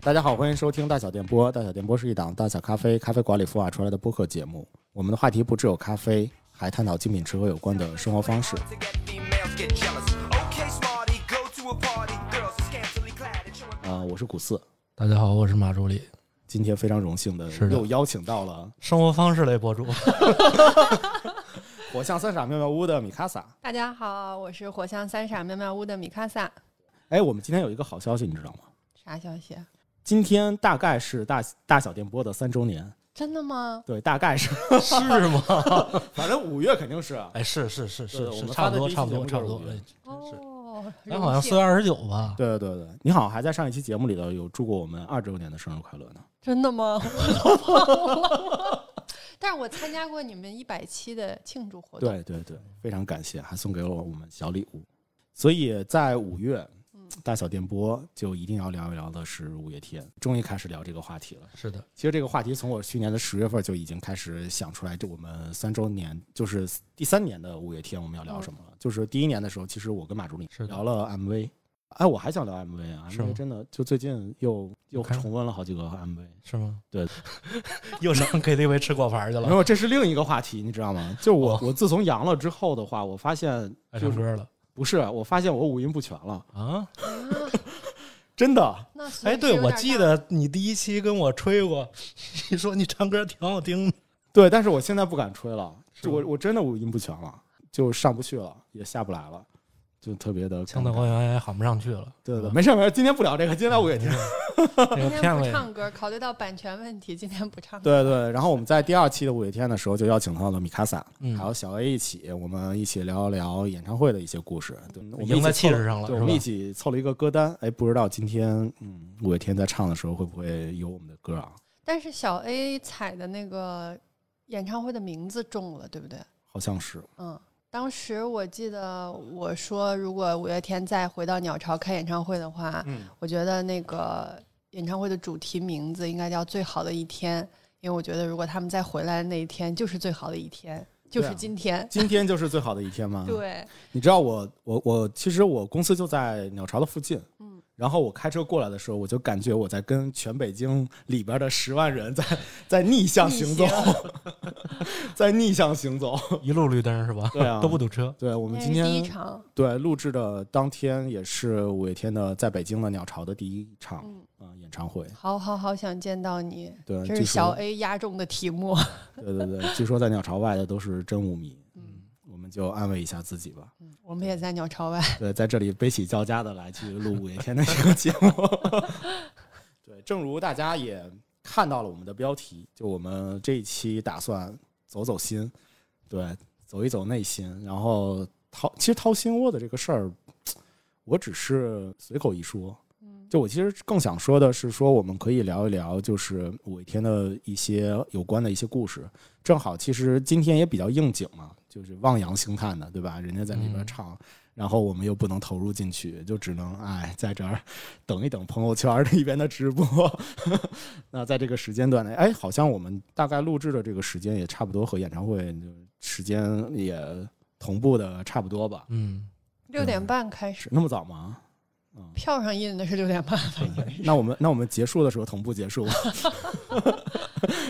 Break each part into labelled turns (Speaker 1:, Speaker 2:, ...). Speaker 1: 大家好，欢迎收听大小电波。大小电波是一档大小咖啡咖啡馆里孵化啊出来的播客节目。我们的话题不只有咖啡，还探讨精品吃喝有关的生活方式。
Speaker 2: to get females get jealous. Okay, smarty, go to a party. Girls are scantily clad and showing.
Speaker 1: 呃，我是古四，
Speaker 3: 大家好，我是马助理，
Speaker 1: 今天非常荣幸的
Speaker 3: 是的
Speaker 1: 又邀请到了
Speaker 3: 生活方式类博 主。
Speaker 1: 火象三傻妙妙屋的米卡萨。
Speaker 4: 大家好，我是火象三傻妙妙屋的米卡萨。
Speaker 1: 哎，我们今天有一个好消息，你知道吗？
Speaker 4: 啥消息？
Speaker 1: 今天大概是大大小电波的三周年，
Speaker 4: 真的吗？
Speaker 1: 对，大概是，
Speaker 3: 是吗？
Speaker 1: 反正五月肯定是啊。
Speaker 3: 哎，是是是
Speaker 1: 对
Speaker 3: 是
Speaker 1: 我
Speaker 3: 是，
Speaker 1: 们
Speaker 3: 差不多差
Speaker 1: 发的第
Speaker 3: 不
Speaker 1: 一期节目就是
Speaker 3: 多差不多
Speaker 1: 五。月
Speaker 3: 哎，
Speaker 4: 哦，
Speaker 3: 咱哎好像
Speaker 4: 荣幸
Speaker 3: 四月二十九吧？
Speaker 1: 对对对，你好像还在上一期节目里头有祝过我们二周年的生日快乐呢。
Speaker 4: 真的吗？我都忘了。 但是我参加过你们一百期的庆祝活动，
Speaker 1: 对对对，非常感谢，还送给了我们小礼物。所以在五月，
Speaker 4: 嗯
Speaker 1: 大小电波就一定要聊一聊的是五月天，终于开始聊这个话题了。
Speaker 3: 是的，
Speaker 1: 其实这个话题从我去年的十月份就已经开始想出来，就我们三周年就是第三年的五月天我们要聊什么
Speaker 4: 嗯
Speaker 1: 了。就是第一年的时候，其实我跟马助理
Speaker 3: 是的
Speaker 1: 聊了 MV。哎，我还想聊 MV 啊
Speaker 3: 是吗
Speaker 1: ，MV 真的就最近又又
Speaker 3: 看
Speaker 1: 重温了好几个 MV。
Speaker 3: 是吗？
Speaker 1: 对， 嗯
Speaker 3: 又上 KTV 吃果盘去
Speaker 1: 没
Speaker 3: 了，
Speaker 1: 有，这是另一个话题，你知道吗？就我、
Speaker 3: 哦
Speaker 1: 我自从阳了之后的话，我发现就
Speaker 3: 爱哎唱
Speaker 1: 是
Speaker 3: 歌了
Speaker 1: 不是，我发现我五音不全了，
Speaker 3: 啊？
Speaker 1: 真的。
Speaker 4: 那所以
Speaker 3: 哎，
Speaker 4: 是
Speaker 3: 对，
Speaker 4: 有
Speaker 3: 我
Speaker 4: 点
Speaker 3: 记
Speaker 4: 大
Speaker 3: 得你第一期跟我吹过， 你说你唱歌挺好听的。
Speaker 1: 对，但是我现在不敢吹了，
Speaker 3: 是
Speaker 1: 就
Speaker 3: 吗
Speaker 1: 我我真的五音不全了，就上不去了，也下不来了，就特别的
Speaker 3: 青
Speaker 1: 尴
Speaker 3: 藏
Speaker 1: 尬
Speaker 3: 高原也喊不上去了。
Speaker 1: 对对，
Speaker 3: 吧
Speaker 1: 没事没事，今天不聊这个，今天聊五月 天。
Speaker 3: 这个
Speaker 4: 今
Speaker 3: 片
Speaker 4: 天
Speaker 3: 子
Speaker 4: 不
Speaker 3: 也
Speaker 4: 唱歌，考虑到版权问题，今 天不唱歌。
Speaker 1: 对对，然后我们在第二期的五月天的时候，就邀请到了米卡萨，
Speaker 3: 嗯
Speaker 1: 还有小 A 一起，我们一起聊一聊演唱会的一些故事。对，我们一
Speaker 3: 赢在
Speaker 1: 起凑
Speaker 3: 气势上了
Speaker 1: 对，
Speaker 3: 是
Speaker 1: 我们
Speaker 3: 吧
Speaker 1: 一起凑了一个歌单。哎，不知道今天嗯五月天在唱的时候会不会有我们的歌啊？
Speaker 4: 但是小 A 采的那个演唱会的名字中了，对不对？
Speaker 1: 好像是，
Speaker 4: 嗯，当时我记得我说，如果五月天再回到鸟巢开演唱会的话，
Speaker 1: 嗯，
Speaker 4: 我觉得那个演唱会的主题名字应该叫《最好的一天》，因为我觉得如果他们再回来的那一天，就是最好的一天，就
Speaker 1: 对啊
Speaker 4: 是今天。
Speaker 1: 今天就是最好的一天吗？
Speaker 4: 对，
Speaker 1: 你知道我我我其实我公司就在鸟巢的附近，嗯，然后我开车过来的时候，我就感觉我在跟全北京里边的十万人在在逆向行走
Speaker 4: 逆，
Speaker 1: 在逆向行走。
Speaker 3: 一路绿灯是吧？
Speaker 1: 对啊
Speaker 3: 都不堵车。
Speaker 1: 对我
Speaker 4: 我
Speaker 1: 们今
Speaker 4: 第一
Speaker 1: 天
Speaker 4: 场，
Speaker 1: 对录制的当天也是五月天的在北京的鸟巢的第一场
Speaker 4: 嗯，
Speaker 1: 嗯、呃演唱会，
Speaker 4: 好好好想见到你，
Speaker 1: 对，
Speaker 4: 这
Speaker 1: 据说
Speaker 4: 是小 A 压中的题目。
Speaker 1: 对对对，据说在鸟巢外的都是真舞迷，嗯，我们就安慰一下自己吧。
Speaker 4: 我们也在鸟巢外，
Speaker 1: 对，在这里悲喜交加的来去录五月天的一个节目。 对，正如大家也看到了我们的标题，就我们这一期打算走走心，对，走一走内心，然后掏，其实掏心窝的这个事儿，我只是随口一说。
Speaker 4: 嗯
Speaker 1: 就我其实更想说的是，说我们可以聊一聊，就是五月天的一些有关的一些故事。正好，其实今天也比较应景嘛，就是望洋兴叹的，对吧？人家在里边
Speaker 3: 嗯
Speaker 1: 唱，然后我们又不能投入进去，就只能哎在这儿 等一等朋友圈里边的直播。 那在这个时间段内，哎，好像我们大概录制的这个时间也差不多和演唱会就时间也同步的差不多吧？
Speaker 3: 嗯，
Speaker 4: 六点半开始
Speaker 1: 是，那么早吗？嗯，
Speaker 4: 票上印的是六点半吧？应该
Speaker 1: 对那我们那我们结束的时候同步结束，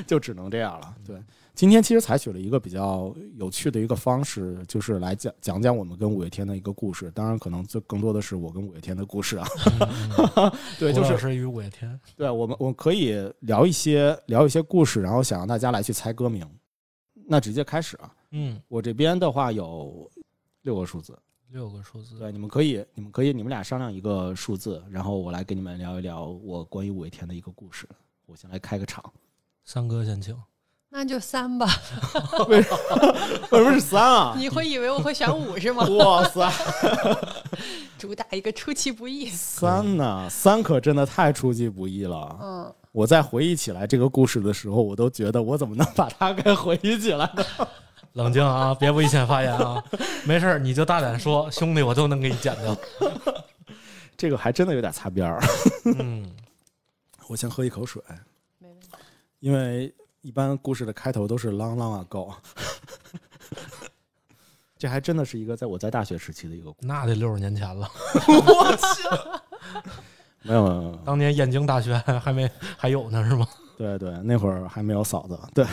Speaker 1: 就只能这样了。对，今天其实采取了一个比较有趣的一个方式，就是来讲讲讲我们跟五月天的一个故事。当然，可能最更多的是我跟五月天的故事啊。
Speaker 3: 嗯
Speaker 1: 对，就
Speaker 3: 胡老
Speaker 1: 是
Speaker 3: 师与五月天。
Speaker 1: 对我们我可以聊一些聊一些故事，然后想让大家来去猜歌名。那直接开始啊，
Speaker 3: 嗯，
Speaker 1: 我这边的话有六个数字，
Speaker 3: 六个数字。
Speaker 1: 对，你们可以，你们可以，你们俩商量一个数字，然后我来给你们聊一聊我关于五月天的一个故事。我先来开个场，
Speaker 3: 三哥先请。
Speaker 4: 那就三吧。
Speaker 1: 为什么是三啊？？
Speaker 4: 你会以为我会选五是吗
Speaker 1: 哇塞，
Speaker 4: 主打一个出其不意。
Speaker 1: 三呢、三可真的太出其不意了。
Speaker 4: 嗯，
Speaker 1: 我在回忆起来这个故事的时候，我都觉得我怎么能把它给回忆起来呢？
Speaker 3: 冷静啊，别危险发言啊，没事儿你就大胆说，兄弟，我都能给你剪掉。
Speaker 1: 这个还真的有点擦边儿。
Speaker 3: 嗯，
Speaker 1: 我先喝一口水，
Speaker 4: 没问题。
Speaker 1: 因为一般故事的开头都是 long long ago。这还真的是一个在我在大学时期的一个故事。
Speaker 3: 那得六十年前了。
Speaker 1: 没有没有没有，
Speaker 3: 当年燕京大学还没还有呢是吗？
Speaker 1: 对对，那会儿还没有嫂子，对，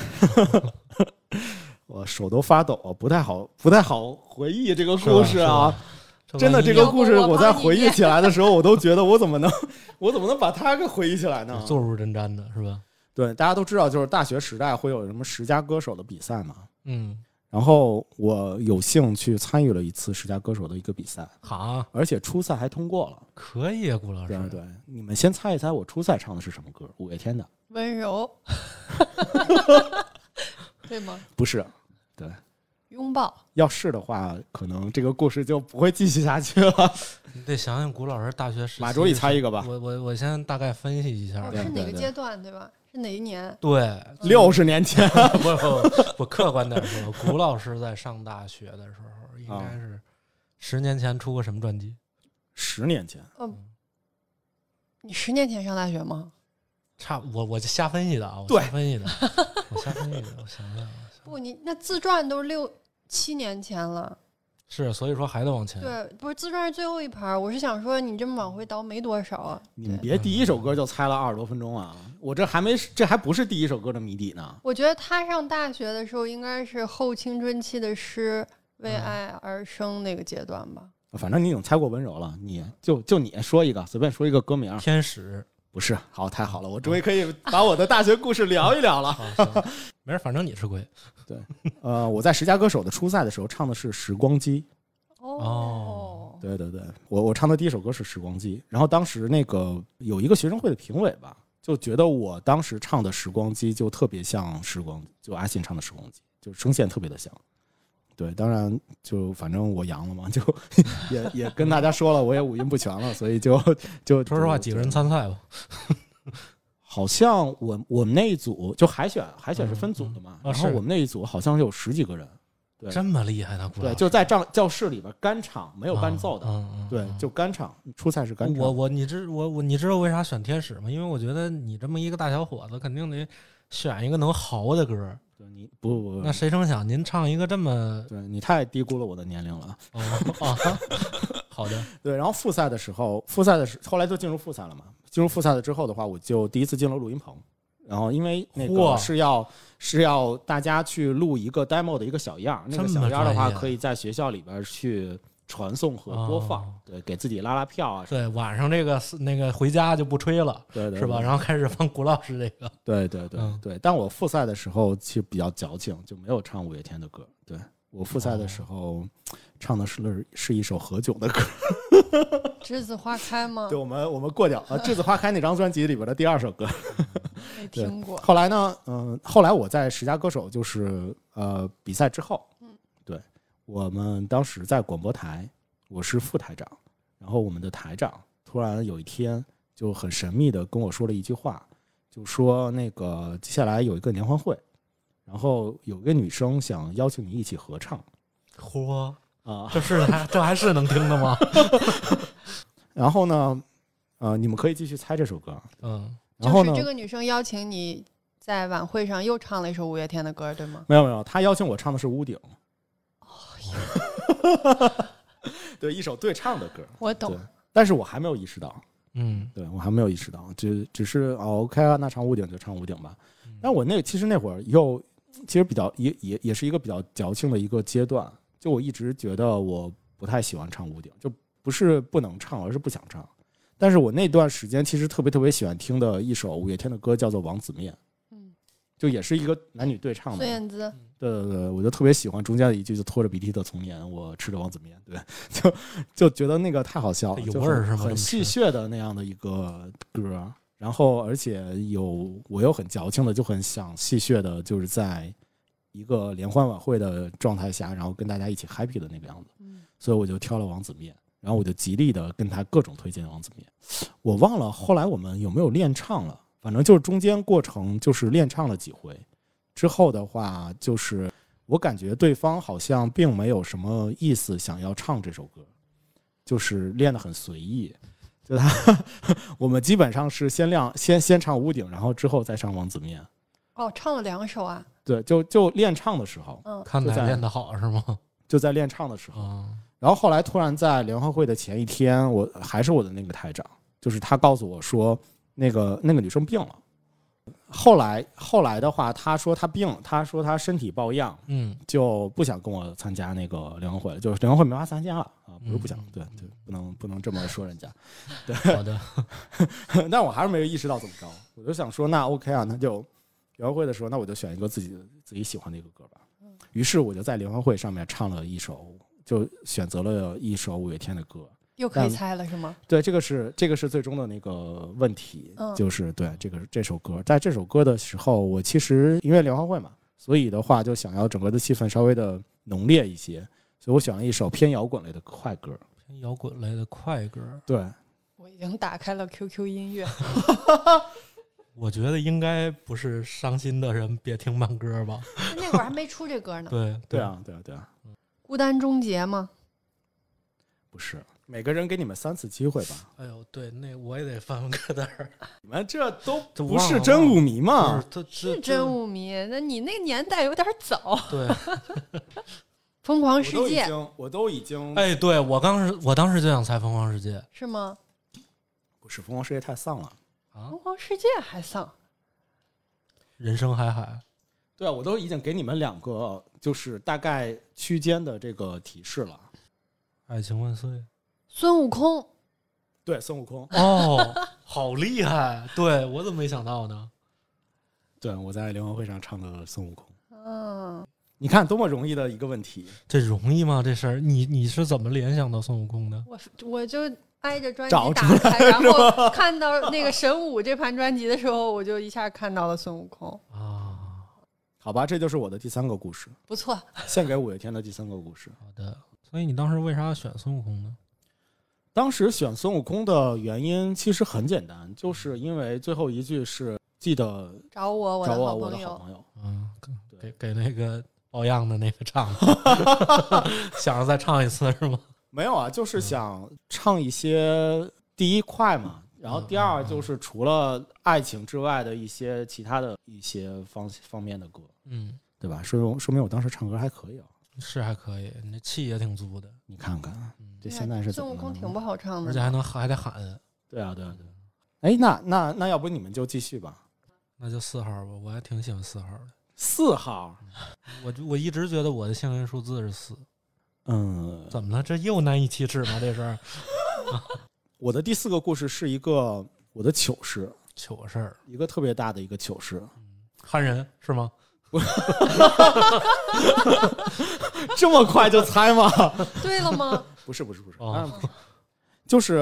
Speaker 1: 我手都发抖，不太好，不太好回忆这个故事啊。 真的，
Speaker 3: 万一
Speaker 1: 这个
Speaker 4: 要不
Speaker 1: 故事
Speaker 4: 我
Speaker 1: 我
Speaker 4: 帮
Speaker 1: 在
Speaker 4: 你
Speaker 1: 回忆
Speaker 4: 念
Speaker 1: 起来的时候，我都觉得我怎么能， 我怎么能把它给回忆起来呢？
Speaker 3: 坐如针毡的是吧？
Speaker 1: 对，大家都知道，就是大学时代会有什么十佳歌手的比赛嘛。
Speaker 3: 嗯，
Speaker 1: 然后我有幸去参与了一次十佳歌手的一个比赛，
Speaker 3: 好，
Speaker 1: 而且初赛还通过了。
Speaker 3: 可以啊，顾老
Speaker 1: 对
Speaker 3: 师，
Speaker 1: 对，你们先猜一猜我初赛唱的是什么歌？五月天的？
Speaker 4: 温柔， 对吗？
Speaker 1: 不是，
Speaker 4: 拥抱，
Speaker 1: 要是的话，可能这个故事就不会继续下去了。
Speaker 3: 你得想想顾老师大学时期
Speaker 1: 马卓，你猜一个吧。
Speaker 3: 我我我先大概分析一下
Speaker 4: 哦，
Speaker 1: 对
Speaker 4: 是哪
Speaker 1: 对
Speaker 4: 个
Speaker 1: 对
Speaker 4: 阶段对吧？是哪一年？
Speaker 3: 对，
Speaker 1: 六十年前，
Speaker 3: 不不不，我客观点说，古老师在上大学的时候，应
Speaker 1: 啊
Speaker 3: 该是十年前出过什么专辑？
Speaker 1: 十年前，
Speaker 4: 你十年前上大学吗？
Speaker 3: 差我我就瞎分析的啊，我
Speaker 1: 对
Speaker 3: 瞎分析的，我瞎分析的，我想想啊，
Speaker 4: 不，你那自传都六七年前了。
Speaker 3: 是所以说还得往前，
Speaker 4: 对，不是自传是最后一盘儿。我是想说，你这么往回倒没多少啊。
Speaker 1: 你们
Speaker 4: 对
Speaker 1: 别第一首歌就猜了二十多分钟啊！我这还没，这还不是第一首歌的谜底呢。
Speaker 4: 我觉得他上大学的时候，应该是后青春期的诗为
Speaker 3: 嗯
Speaker 4: 爱而生那个阶段吧。
Speaker 1: 反正你已经猜过温柔了，你就就你说一个，随便说一个歌名儿，
Speaker 3: 天使
Speaker 1: 不是？好，太好了，我终于可以把我的大学故事聊一聊了。
Speaker 3: 啊，行没事，反正你吃亏
Speaker 1: 呃，我在十佳歌手的初赛的时候唱的是《时光机》，
Speaker 3: 哦，
Speaker 1: 对对对，我我唱的第一首歌是《时光机》，然后当时那个有一个学生会的评委吧，就觉得我当时唱的《时光机》就特别像《时光》，就阿信唱的《时光机》，就声线特别的像。对，当然就反正我阳了嘛，就 也也跟大家说了，我也五音不全了，所以就就
Speaker 3: 说实话，几个人参赛吧，
Speaker 1: 好像我我们那一组就海选，海选是分组的嘛
Speaker 3: 嗯，嗯啊
Speaker 1: 然后
Speaker 3: 是
Speaker 1: 我们那一组好像有十几个人，对
Speaker 3: 这么厉害呢，顾老
Speaker 1: 对，
Speaker 3: 师
Speaker 1: 就在教教室里边干场，没有伴奏的，
Speaker 3: 嗯嗯，嗯
Speaker 1: 对，就干场，初赛是干场。
Speaker 3: 我我你知我我你知道为啥选天使吗？因为我觉得你这么一个大小伙子，肯定得选一个能嚎的歌儿。
Speaker 1: 对你不不不
Speaker 3: 那谁成想您唱一个这么
Speaker 1: 对你太低估了我的年龄了。
Speaker 3: 哦啊？ 好的，
Speaker 1: 对，然后复赛的时候，复赛的时后来就进入复赛了嘛。进入复赛了之后的话，我就第一次进入录音棚，然后因为那个
Speaker 3: 嚯
Speaker 1: 是要是要大家去录一个 demo 的一个小样儿，那个
Speaker 3: 这么
Speaker 1: 小样儿的话
Speaker 3: 专业
Speaker 1: 可以在学校里边儿去传送和播放，
Speaker 3: 哦
Speaker 1: 对，给自己拉拉票啊，
Speaker 3: 对，晚上这个是那个回家就不吹了，
Speaker 1: 对对对
Speaker 3: 是吧？然后开始放古老师这个，
Speaker 1: 对对对、
Speaker 3: 嗯
Speaker 1: 对，但我复赛的时候其实比较矫情，就没有唱五月天的歌。对我复赛
Speaker 3: 哦
Speaker 1: 的时候、唱的是是一首何炅的歌，
Speaker 4: 栀子花开吗
Speaker 1: 对，？我们我们过掉呃《栀子花开》那张专辑里边的第二首歌。
Speaker 4: 没
Speaker 1: 对
Speaker 4: 听过。
Speaker 1: 后来呢，嗯、后来我在十佳歌手就是呃比赛之后，嗯，对我们当时在广播台，我是副台长，然后我们的台长突然有一天就很神秘的跟我说了一句话，就说那个接下来有一个联欢会，然后有一个女生想邀请你一起合唱
Speaker 3: 嚯，
Speaker 1: 啊、
Speaker 3: 这是还这还是能听的吗？
Speaker 1: 然后呢，呃，你们可以继续猜这首歌，
Speaker 3: 嗯，
Speaker 1: 然后
Speaker 4: 就
Speaker 1: 呢
Speaker 4: 是，这个女生邀请你在晚会上又唱了一首五月天的歌，对吗？
Speaker 1: 没有没有，他邀请我唱的是《屋顶》。 对，一首对唱的歌，
Speaker 4: 我
Speaker 1: 对
Speaker 4: 懂，，
Speaker 1: 但是我还没有意识到，
Speaker 3: 嗯，
Speaker 1: 对我还没有意识到，只只是哦，OK 啊，那唱屋顶就唱屋顶吧。但我那其实那会儿又其实比较也也也是一个比较矫情的一个阶段，就我一直觉得我不太喜欢唱屋顶，就不是不能唱，而是不想唱。但是我那段时间其实特别特别喜欢听的一首五月天的歌叫做《王子面》，
Speaker 4: 嗯，
Speaker 1: 就也是一个男女对唱嘛
Speaker 4: 孙。燕姿，
Speaker 1: 对对对，我就特别喜欢中间的一句，就拖着鼻涕的童年，我吃着王子面，对， 就就觉得那个太好笑了，
Speaker 3: 有
Speaker 1: 就
Speaker 3: 味儿
Speaker 1: 很
Speaker 3: 是吗这么
Speaker 1: 很戏谑的那样的一个歌，然后而且有我又很矫情的，就很想戏谑的，就是在一个联欢晚会的状态下，然后跟大家一起 happy 的那个样子，
Speaker 4: 嗯，
Speaker 1: 所以我就挑了王子面，然后我就极力的跟他各种推荐王子面，我忘了后来我们有没有练唱了，反正就是中间过程就是练唱了几回，之后的话就是我感觉对方好像并没有什么意思想要唱这首歌，就是练得很随意。就他， 我们基本上是先亮先先唱屋顶，然后之后再上王子面。
Speaker 4: 哦，唱了两首啊，
Speaker 1: 对，就就练唱的时候，
Speaker 4: 嗯，
Speaker 3: 看
Speaker 1: 就
Speaker 3: 哪
Speaker 1: 在
Speaker 3: 练得好是吗？
Speaker 1: 就在练唱的时候。
Speaker 3: 啊，
Speaker 1: 然后后来突然在联欢会的前一天，我还是我的那个台长，就是他告诉我说，那个那个女生病了。后来后来的话，他说他病，他说他身体抱恙，
Speaker 3: 嗯，
Speaker 1: 就不想跟我参加那个联欢会了，就是联欢会没法参加了啊，不是不想，
Speaker 3: 嗯
Speaker 1: 对对，不能不能这么说人家。
Speaker 3: 好的，
Speaker 1: 但我还是没有意识到怎么着，我就想说，那 OK 啊，那就联欢会的时候，那我就选一个自己自己喜欢的一个歌吧。于是我就在联欢会上面唱了一首，就选择了一首五月天的歌。
Speaker 4: 又可以
Speaker 1: 但
Speaker 4: 猜了是吗？
Speaker 1: 对，这个是这个是最终的那个问题，
Speaker 4: 嗯
Speaker 1: 就是对这个这首歌，在这首歌的时候，我其实因为联欢会嘛，所以的话就想要整个的气氛稍微的浓烈一些，所以我选了一首偏摇滚类的快歌。
Speaker 3: 偏摇滚类的快歌，
Speaker 1: 对，
Speaker 4: 我已经打开了 QQ 音乐，
Speaker 3: 我觉得应该不是伤心的人别听慢 歌吧？
Speaker 4: 那会儿还没出这歌呢。
Speaker 3: 对
Speaker 1: 对，啊，对啊，对啊，
Speaker 4: 孤单终结吗？
Speaker 1: 不是每个人给你们三次机会吧。
Speaker 3: 哎呦，对，那我也得翻翻歌单儿，
Speaker 1: 你们这都
Speaker 3: 这
Speaker 1: 不
Speaker 3: 忘
Speaker 1: 是
Speaker 3: 了
Speaker 1: 真舞迷
Speaker 3: 不
Speaker 1: 啊 吗？
Speaker 3: 是这
Speaker 4: 是真舞迷，那你那个年代有点早。
Speaker 3: 对，
Speaker 4: 疯狂
Speaker 1: 我
Speaker 4: 世
Speaker 1: 都已
Speaker 4: 界
Speaker 1: 经，啊我都已经，
Speaker 3: 哎，对我当时我当时就想猜《疯狂世界》
Speaker 4: 是吗？
Speaker 1: 不是《疯狂世界》太丧了。
Speaker 3: 啊
Speaker 4: 疯，狂世界还丧，
Speaker 3: 人生海海，
Speaker 1: 对啊，我都已经给你们两个就是大概区间的这个提示了。
Speaker 3: 爱情万 岁。
Speaker 4: 孙悟空
Speaker 1: 对，孙悟空，
Speaker 3: 哦，好厉害！对我怎么没想到 呢？
Speaker 1: 对我在联欢会上唱的孙悟空。
Speaker 4: 嗯，
Speaker 1: 你看多么容易的一个问题，
Speaker 3: 这容易吗？这事儿，你你是怎么联想到孙悟空的？
Speaker 4: 我我就挨着专
Speaker 1: 找
Speaker 4: 辑
Speaker 1: 出
Speaker 4: 打开，然后 看到那个神武这盘专辑的时候，我就一下看到了孙悟空，
Speaker 3: 啊，
Speaker 1: 好吧，这就是我的第三个故事，
Speaker 4: 不错，
Speaker 1: 献给五月天的第三个故事。
Speaker 3: 好的。所以你当时为啥选孙悟空呢？
Speaker 1: 当时选孙悟空的原因其实很简单，就是因为最后一句是记得
Speaker 4: 找我我
Speaker 1: 找
Speaker 4: 的
Speaker 1: 我
Speaker 4: 好
Speaker 1: 我的
Speaker 4: 朋
Speaker 1: 好
Speaker 4: 友，
Speaker 1: 朋友。
Speaker 3: 嗯，
Speaker 1: 对
Speaker 3: 给给给那个抱恙的那个 唱，想着再唱一次是吗？
Speaker 1: 没有啊，就是想唱一些第一快嘛，然后第二就是除了爱情之外的一些其他的一些方方面的歌，
Speaker 3: 嗯，
Speaker 1: 对吧？说明说明我当时唱歌还可以啊。
Speaker 3: 是还可以，你这气也挺足的，
Speaker 1: 你看看
Speaker 3: 嗯，
Speaker 1: 这现在是怎
Speaker 4: 哎孙
Speaker 1: 么
Speaker 4: 悟
Speaker 1: 了
Speaker 4: 空
Speaker 1: 呢
Speaker 4: 挺不好唱
Speaker 3: 而且
Speaker 4: 的，
Speaker 3: 还能还得喊。
Speaker 1: 对啊，对啊，对啊。哎，那那那要不你们就继续吧。
Speaker 3: 那就四号吧，我还挺喜欢四号的。
Speaker 1: 四号，
Speaker 3: 我就我一直觉得我的幸运数字是四，
Speaker 1: 嗯，
Speaker 3: 怎么了？这又难以启齿吗？这是
Speaker 1: 我的第四个故事是一个我的糗事，
Speaker 3: 糗事儿，
Speaker 1: 一个特别大的一个糗事。
Speaker 3: 憨人是吗？
Speaker 1: 这么快就猜吗？
Speaker 4: 对了吗？
Speaker 1: 不是不是不是，
Speaker 3: 哦
Speaker 1: 当然不是， 就是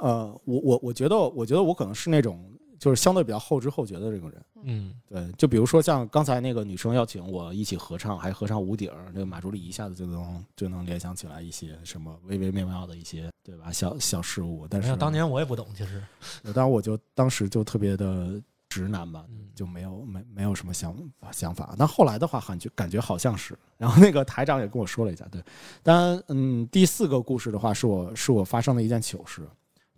Speaker 1: 呃，我我我觉得，我觉得我可能是那种就是相对比较后知后觉的这种人。
Speaker 3: 嗯，
Speaker 1: 对，就比如说像刚才那个女生邀请我一起合唱，还合唱《屋顶》，那个马助理一下子就能就能联想起来一些什么微微妙妙的一些对吧小小事物。但
Speaker 3: 没
Speaker 1: 是
Speaker 3: 有，当年我也不懂，其实，
Speaker 1: 我，当然我就当时就特别的直男吧，
Speaker 3: 嗯，
Speaker 1: 就没有没没有什么想想法。但后来的话，感觉感觉好像是。然后那个台长也跟我说了一下，对。当然，嗯，第四个故事的话，是我是我发生的一件糗事。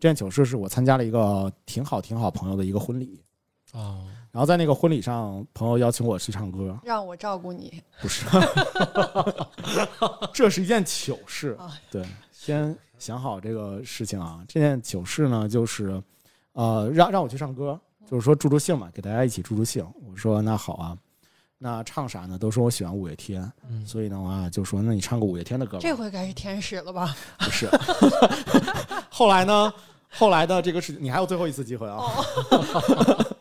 Speaker 1: 这件糗事是我参加了一个挺好挺好朋友的一个婚礼，
Speaker 3: 哦，
Speaker 1: 然后在那个婚礼上，朋友邀请我去唱歌，
Speaker 4: 让我照 顾你，
Speaker 1: 不是，这是一件糗事
Speaker 4: 啊。
Speaker 1: 对，先想好这个事情啊。这件糗事呢，就是呃，让让我去唱歌，
Speaker 4: 嗯
Speaker 1: 就是说助助兴嘛，给大家一起助助兴。我说那好啊，那唱啥呢？都说我喜欢五月天，
Speaker 3: 嗯，
Speaker 1: 所以的话就说那你唱个五月天的歌吧。
Speaker 4: 这回该是天使了吧？
Speaker 1: 不是。 后来呢？后来的这个事情，你还有最后一次机会啊。
Speaker 4: 哦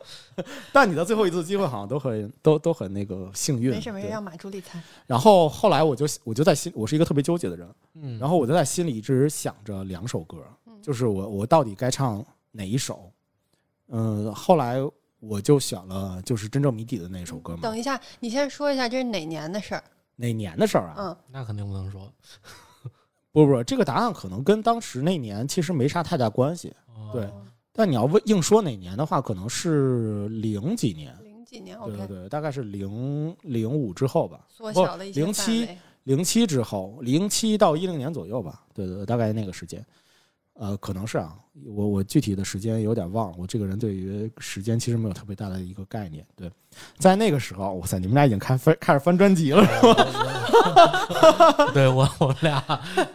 Speaker 1: 但你的最后一次机会好像都很都都很那个幸运。
Speaker 4: 没事没事，
Speaker 1: 对
Speaker 4: 让马助理猜。
Speaker 1: 然后后来我就我就在心，我是一个特别纠结的人，
Speaker 3: 嗯，
Speaker 1: 然
Speaker 3: 后
Speaker 1: 后我就在心里一直想着两首歌，
Speaker 4: 嗯
Speaker 1: 就是我我到底该唱哪一首？嗯，后来我就选了就是真正谜底的那首歌嘛。
Speaker 4: 等一下，你先说一下这是哪年的事儿？
Speaker 1: 哪年的事儿啊？
Speaker 4: 嗯，
Speaker 3: 那肯定不能说，
Speaker 1: 不不，这个答案可能跟当时那年其实没啥太大关系。
Speaker 3: 哦
Speaker 1: 对，但你要问硬说哪年的话，可能是零几年，
Speaker 4: 零几年
Speaker 1: 对对
Speaker 4: ，OK，
Speaker 1: 对，大概是零零五之后吧，
Speaker 4: 缩
Speaker 1: 不
Speaker 4: 小了一些
Speaker 1: 零
Speaker 4: 范
Speaker 1: 七
Speaker 4: 围
Speaker 1: 零七之后，零七到一零年左右吧，对对，对大概那个时间，呃，可能是啊，我我具体的时间有点忘了，我这个人对于时间其实没有特别大的一个概念。对，在那个时候，哇塞，你们俩已经开翻开始翻专辑了，
Speaker 3: 我 对我我们俩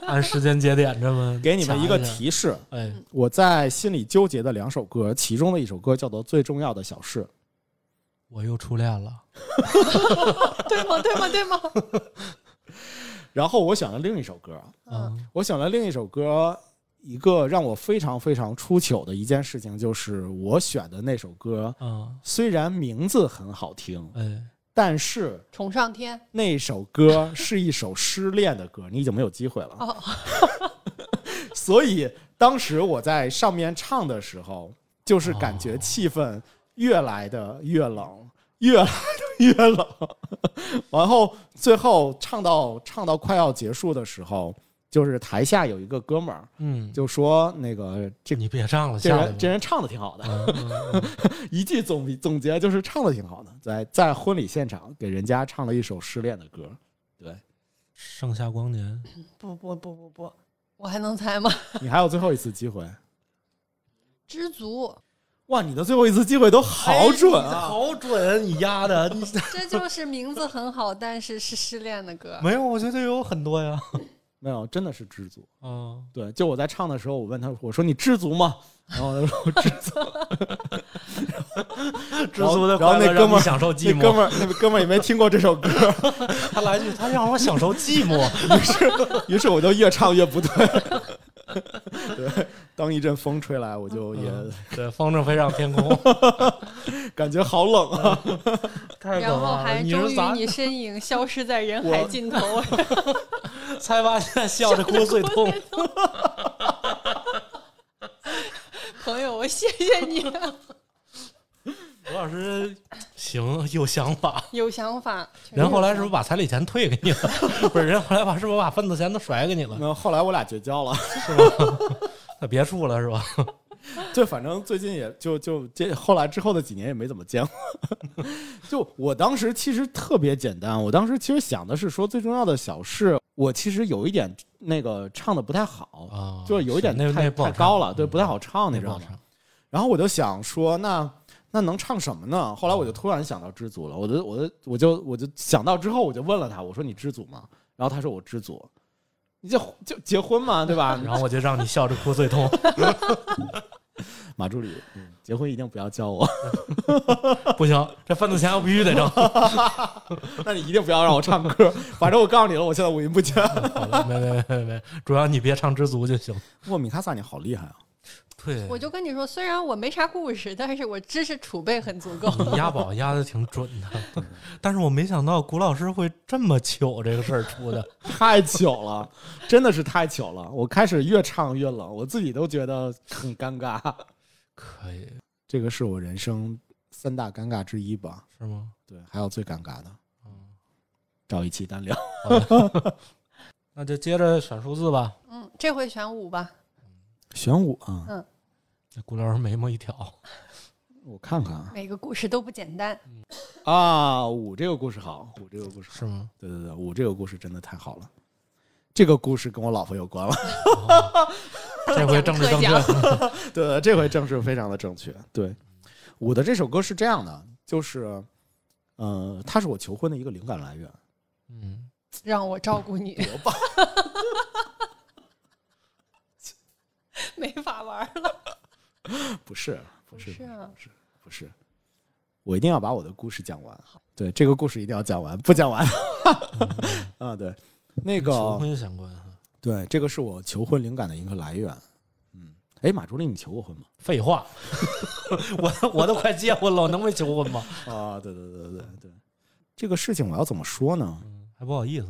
Speaker 3: 按时间节点这么
Speaker 1: 给你们一个
Speaker 3: 掐下，
Speaker 1: 提示，
Speaker 3: 哎，
Speaker 1: 我在心里纠结的两首歌，其中的一首歌叫做《最重要的小事》。
Speaker 3: 我又初恋了，
Speaker 4: 对吗？对吗？对吗？
Speaker 1: 然后我选了另一首歌，
Speaker 3: 嗯
Speaker 1: 我选了另一首歌，一个让我非常非常出糗的一件事情，就是我选的那首歌，
Speaker 3: 嗯，
Speaker 1: 虽然名字很好听，
Speaker 3: 哎，
Speaker 1: 但是
Speaker 4: 宠上天，
Speaker 1: 那首歌是一首失恋的歌，你已经没有机会了。 所以当时我在上面唱的时候，就是感觉气氛越来的越冷，越来的越冷。然后最后唱到唱到快要结束的时候，就是台下有一个哥们儿
Speaker 3: 嗯，
Speaker 1: 就说：“那个这
Speaker 3: 你别唱了，
Speaker 1: 这
Speaker 3: 下来
Speaker 1: 人
Speaker 3: 吧
Speaker 1: 这人唱的挺好的。”
Speaker 3: 嗯嗯嗯
Speaker 1: 一句总比总结就是唱的挺好的，在在婚礼现场给人家唱了一首失恋的歌，对
Speaker 3: 盛夏光年，
Speaker 4: 不不不不不，我还能猜吗？
Speaker 1: 你还有最后一次机会，
Speaker 4: 知足，
Speaker 1: 哇，你的最后一次机会都 好准
Speaker 3: 哎
Speaker 1: 啊！
Speaker 3: 好准，你丫的，你
Speaker 4: 这就是名字很好，但是是失恋 的歌。
Speaker 3: 没有，我觉得有很多呀，
Speaker 1: 没有，真的是知足。
Speaker 3: 嗯，
Speaker 1: 对，就我在唱的时候，我问他，我说你知足吗？然后他说知足。
Speaker 3: 知足的
Speaker 1: 然后
Speaker 3: 快
Speaker 1: 那
Speaker 3: 乐
Speaker 1: 哥
Speaker 3: 让
Speaker 1: 们
Speaker 3: 你
Speaker 1: 儿
Speaker 3: 享受
Speaker 1: 那
Speaker 3: 寂
Speaker 1: 哥
Speaker 3: 寞，
Speaker 1: 们儿，那哥们儿也没听过这首歌，
Speaker 3: 他来一句，他让我享受寂 寞，
Speaker 1: 于是我就越唱越不 对。对，当一阵风吹来，我就也
Speaker 3: 嗯对，风筝飞上天空，
Speaker 1: 感觉好冷啊！
Speaker 3: 太
Speaker 4: 然后还
Speaker 3: 你
Speaker 4: 终
Speaker 3: 是
Speaker 4: 于
Speaker 3: 咋
Speaker 4: 你身影消失在人海尽头，
Speaker 3: 才 发现笑着哭最痛？
Speaker 4: 朋友，我谢谢你，啊
Speaker 3: 罗老师行有想法，
Speaker 4: 有想法。确实
Speaker 3: 人后来
Speaker 4: 有
Speaker 3: 是不
Speaker 4: 想
Speaker 3: 是把彩礼钱退给你了？ 不是，人后来把是不是把份子钱都甩给你了？
Speaker 1: 那后来我俩绝交了。
Speaker 3: 在别处了是 吧？
Speaker 1: 就反正最近也就就这后来之后的几年也没怎么见过。 就我当时其实特别简单，我当时其实想的是说最重要的小事，我其实有一点那个唱的不太好，
Speaker 3: 啊，
Speaker 1: 就是有一点
Speaker 3: 那
Speaker 1: 太
Speaker 3: 那不好
Speaker 1: 太高
Speaker 3: 唱
Speaker 1: 了，对，不太好唱
Speaker 3: 嗯
Speaker 1: 那
Speaker 3: 那不
Speaker 1: 种
Speaker 3: 好。唱。
Speaker 1: 然后我就想说那。那能唱什么呢？后来
Speaker 3: 哦
Speaker 1: 我就突然想到知足了，我就我就我就我就想到之后，我就问了他，我说你知足吗？然后他说我知足，你这就结婚嘛，对吧？
Speaker 3: 然后我就让你笑着哭最痛，
Speaker 1: 马助理，嗯结婚一定不要教我，
Speaker 3: 不行，这份子钱我必须 得挣。
Speaker 1: 那你一定不要让我唱歌，反正我告诉你了，我现在五音不全。
Speaker 3: 好了，没没没没，主要你别唱知足就行。
Speaker 1: 哇，米卡萨你好厉害啊！
Speaker 3: 对，
Speaker 4: 我就跟你说，虽然我没啥故事，但是我知识储备很足够。
Speaker 3: 你押宝押的挺准的，但是我没想到古老师会这么糗这个事儿 出的。
Speaker 1: 太糗了，真的是太糗了！我开始越唱越冷，我自己都觉得很尴尬。
Speaker 3: 可以
Speaker 1: 这个是我人生三大尴尬之一吧？
Speaker 3: 是吗？
Speaker 1: 对，还有最尴尬的，
Speaker 3: 嗯，
Speaker 1: 找一期单聊。
Speaker 3: 好的，那就接着选数字吧。
Speaker 4: 嗯，这回选五吧。
Speaker 1: 玄武啊，
Speaker 3: 那古老师眉毛一挑，
Speaker 1: 我看看啊
Speaker 4: 每个故事都不简单，
Speaker 1: 啊，五这个故事好，五这个故事好
Speaker 3: 是吗？
Speaker 1: 对对对，五这个故事真的太好了。这个故事跟我老婆有关了，
Speaker 3: 这回政治正
Speaker 4: 特
Speaker 3: 确，
Speaker 1: 对对，这回正是非常的正确。对，我的这首歌是这样的，就是，呃，它是我求婚的一个灵感来源。
Speaker 3: 嗯，
Speaker 4: 让我照顾你，
Speaker 1: 我爸
Speaker 4: 没法玩了。
Speaker 1: 不是，不是，
Speaker 4: 不是啊
Speaker 1: 不是，不是，我一定要把我的故事讲完。对，这个故事一定要讲完，不讲完， 啊，对，那
Speaker 3: 求
Speaker 1: 个，
Speaker 3: 婚相关哈。
Speaker 1: 对，这个是我求婚灵感的一个来源。嗯，哎，马助理，你求过婚吗？
Speaker 3: 废话， 我我都快结婚了，我能没求婚吗？
Speaker 1: 啊，对对对对对对，这个事情我要怎么说呢？
Speaker 3: 嗯，还不好意思。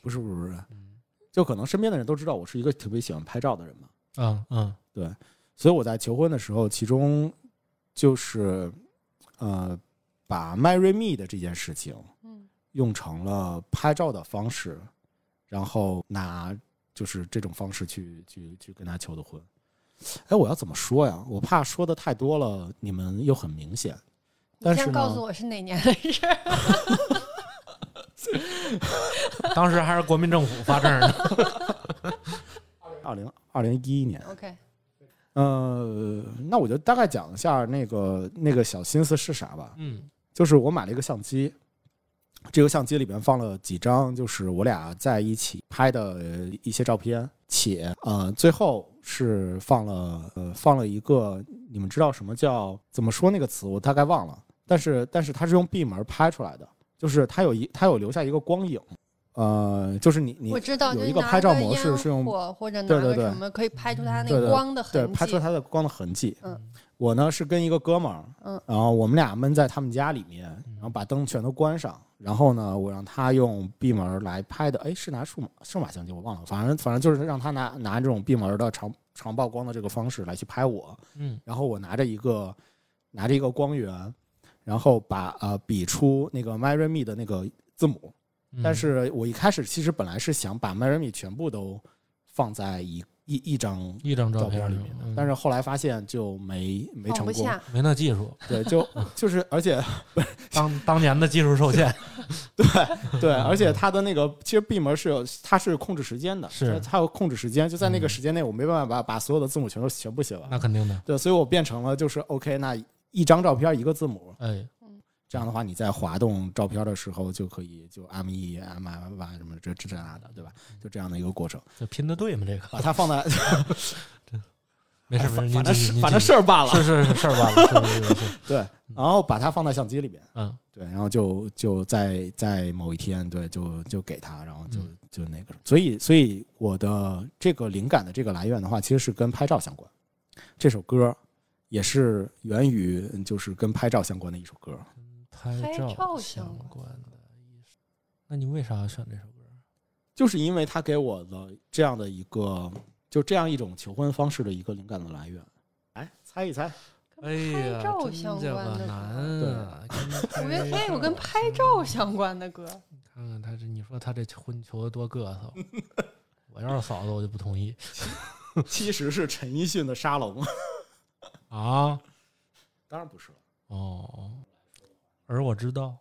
Speaker 1: 不是不是不是
Speaker 3: 嗯，
Speaker 1: 就可能身边的人都知道我是一个特别喜欢拍照的人嘛，
Speaker 3: 嗯嗯
Speaker 1: 对，所以我在求婚的时候，其中就是呃，把 marry me 的这件事情
Speaker 4: 嗯，
Speaker 1: 用成了拍照的方式，然后拿就是这种方式去去去跟他求的婚。哎，我要怎么说呀？我怕说的太多了，你们又很明显。
Speaker 4: 你
Speaker 1: 但是
Speaker 4: 先告
Speaker 1: 呢
Speaker 4: 诉我是哪年的事儿。
Speaker 3: 当时还是国民政府发证呢。
Speaker 1: 二零二零一一年，
Speaker 4: OK，
Speaker 1: 呃，那我就大概讲一下那个那个小心思是啥吧。
Speaker 3: 嗯
Speaker 1: 就是我买了一个相机，这个相机里边放了几张，就是我俩在一起拍的呃一些照片，且呃，最后是放了呃放了一个，你们知道什么叫怎么说那个词？我大概忘了，但是但是它是用闭门拍出来的，就是它有一它有留下一个光影，呃，就是你你
Speaker 4: 我知道，
Speaker 1: 有
Speaker 4: 就是
Speaker 1: 一个
Speaker 4: 拿
Speaker 1: 拍照
Speaker 4: 个
Speaker 1: 模式
Speaker 4: 烟
Speaker 1: 是用
Speaker 4: 火或者拿
Speaker 1: 对对
Speaker 4: 个
Speaker 1: 对
Speaker 4: 什么可以拍出它那
Speaker 1: 对
Speaker 4: 个
Speaker 1: 对
Speaker 4: 光的
Speaker 1: 对
Speaker 4: 痕迹，
Speaker 1: 拍出它的光的痕迹。
Speaker 4: 嗯
Speaker 1: 我呢是跟一个哥们儿，
Speaker 4: 嗯
Speaker 1: 然后我们俩闷在他们家里面，
Speaker 3: 嗯
Speaker 1: 然后把灯全都关上，然后呢，我让他用闭门儿来拍的，哎，是拿数码数码相机，我忘了，反正反正就是让他拿拿这种闭门儿的长长曝光的这个方式来去拍我，
Speaker 3: 嗯，
Speaker 1: 然后我拿着一个拿着一个光源，然后把呃比出那个 marry me 的那个字母，
Speaker 3: 嗯
Speaker 1: 但是我一开始其实本来是想把 marry me 全部都放在一一一张
Speaker 3: 一张
Speaker 1: 照
Speaker 3: 片
Speaker 1: 片
Speaker 3: 儿
Speaker 1: 里面的，
Speaker 3: 嗯
Speaker 1: 但是后来发现就没没
Speaker 4: 放
Speaker 1: 成
Speaker 4: 不
Speaker 1: 功，
Speaker 4: 下。
Speaker 3: 没那技术，
Speaker 1: 对，就就是而且
Speaker 3: 当当年的技术受 限，
Speaker 1: 对，而且它的那个其实闭门是有它是控制时间的，
Speaker 3: 是
Speaker 1: 它它有控制时间，就在那个
Speaker 3: 嗯
Speaker 1: 时间内我没办法把把所有的字母全都全部写
Speaker 3: 那
Speaker 1: 完，
Speaker 3: 肯定的。
Speaker 1: 对，所以我变成了就是 OK，那一张照片一个字母，
Speaker 3: 哎，
Speaker 1: 这样的话你在滑动照片的时候就可以就 M E M M Y 什么这这这那的，对吧？就这样的一个过程，
Speaker 3: 这拼的对吗？这个哎
Speaker 1: 把它放在
Speaker 3: 没
Speaker 1: 反
Speaker 3: 事没事，
Speaker 1: 反正
Speaker 3: 您
Speaker 1: 是
Speaker 3: 继续
Speaker 1: 反正事儿办了，
Speaker 3: 是是是事儿 办了，是是是是，
Speaker 1: 对，然后把它放在相机里边。
Speaker 3: 嗯，
Speaker 1: 对，然后就就在在某一天，对，就就给他，然后就
Speaker 3: 嗯
Speaker 1: 就那个，所以所以我的这个灵感的这个来源的话，其实是跟拍照相关。这首歌也是源于就是跟拍照相关的一首歌。
Speaker 3: 嗯拍
Speaker 4: 拍照
Speaker 3: 相
Speaker 4: 相
Speaker 3: 关的艺术。那你为啥要选这首歌？
Speaker 1: 就是因为他给我了这样的一个，就这样一种求婚方式的一个灵感的来源。哎，猜一猜，
Speaker 3: 哎
Speaker 4: 拍
Speaker 3: 呀，
Speaker 4: 照
Speaker 3: 真
Speaker 4: 相
Speaker 3: 这
Speaker 4: 关
Speaker 3: 个
Speaker 4: 的
Speaker 3: 难啊！
Speaker 4: 五月天有跟拍
Speaker 1: 嗯
Speaker 4: 照相关的歌，
Speaker 3: 看看他这，你说他这婚求的多个 头，我要是嫂子我就不同意
Speaker 1: 其实是陈奕迅的《沙龙》，
Speaker 3: 啊！
Speaker 1: 当然不是了，
Speaker 3: 哦，而我知道，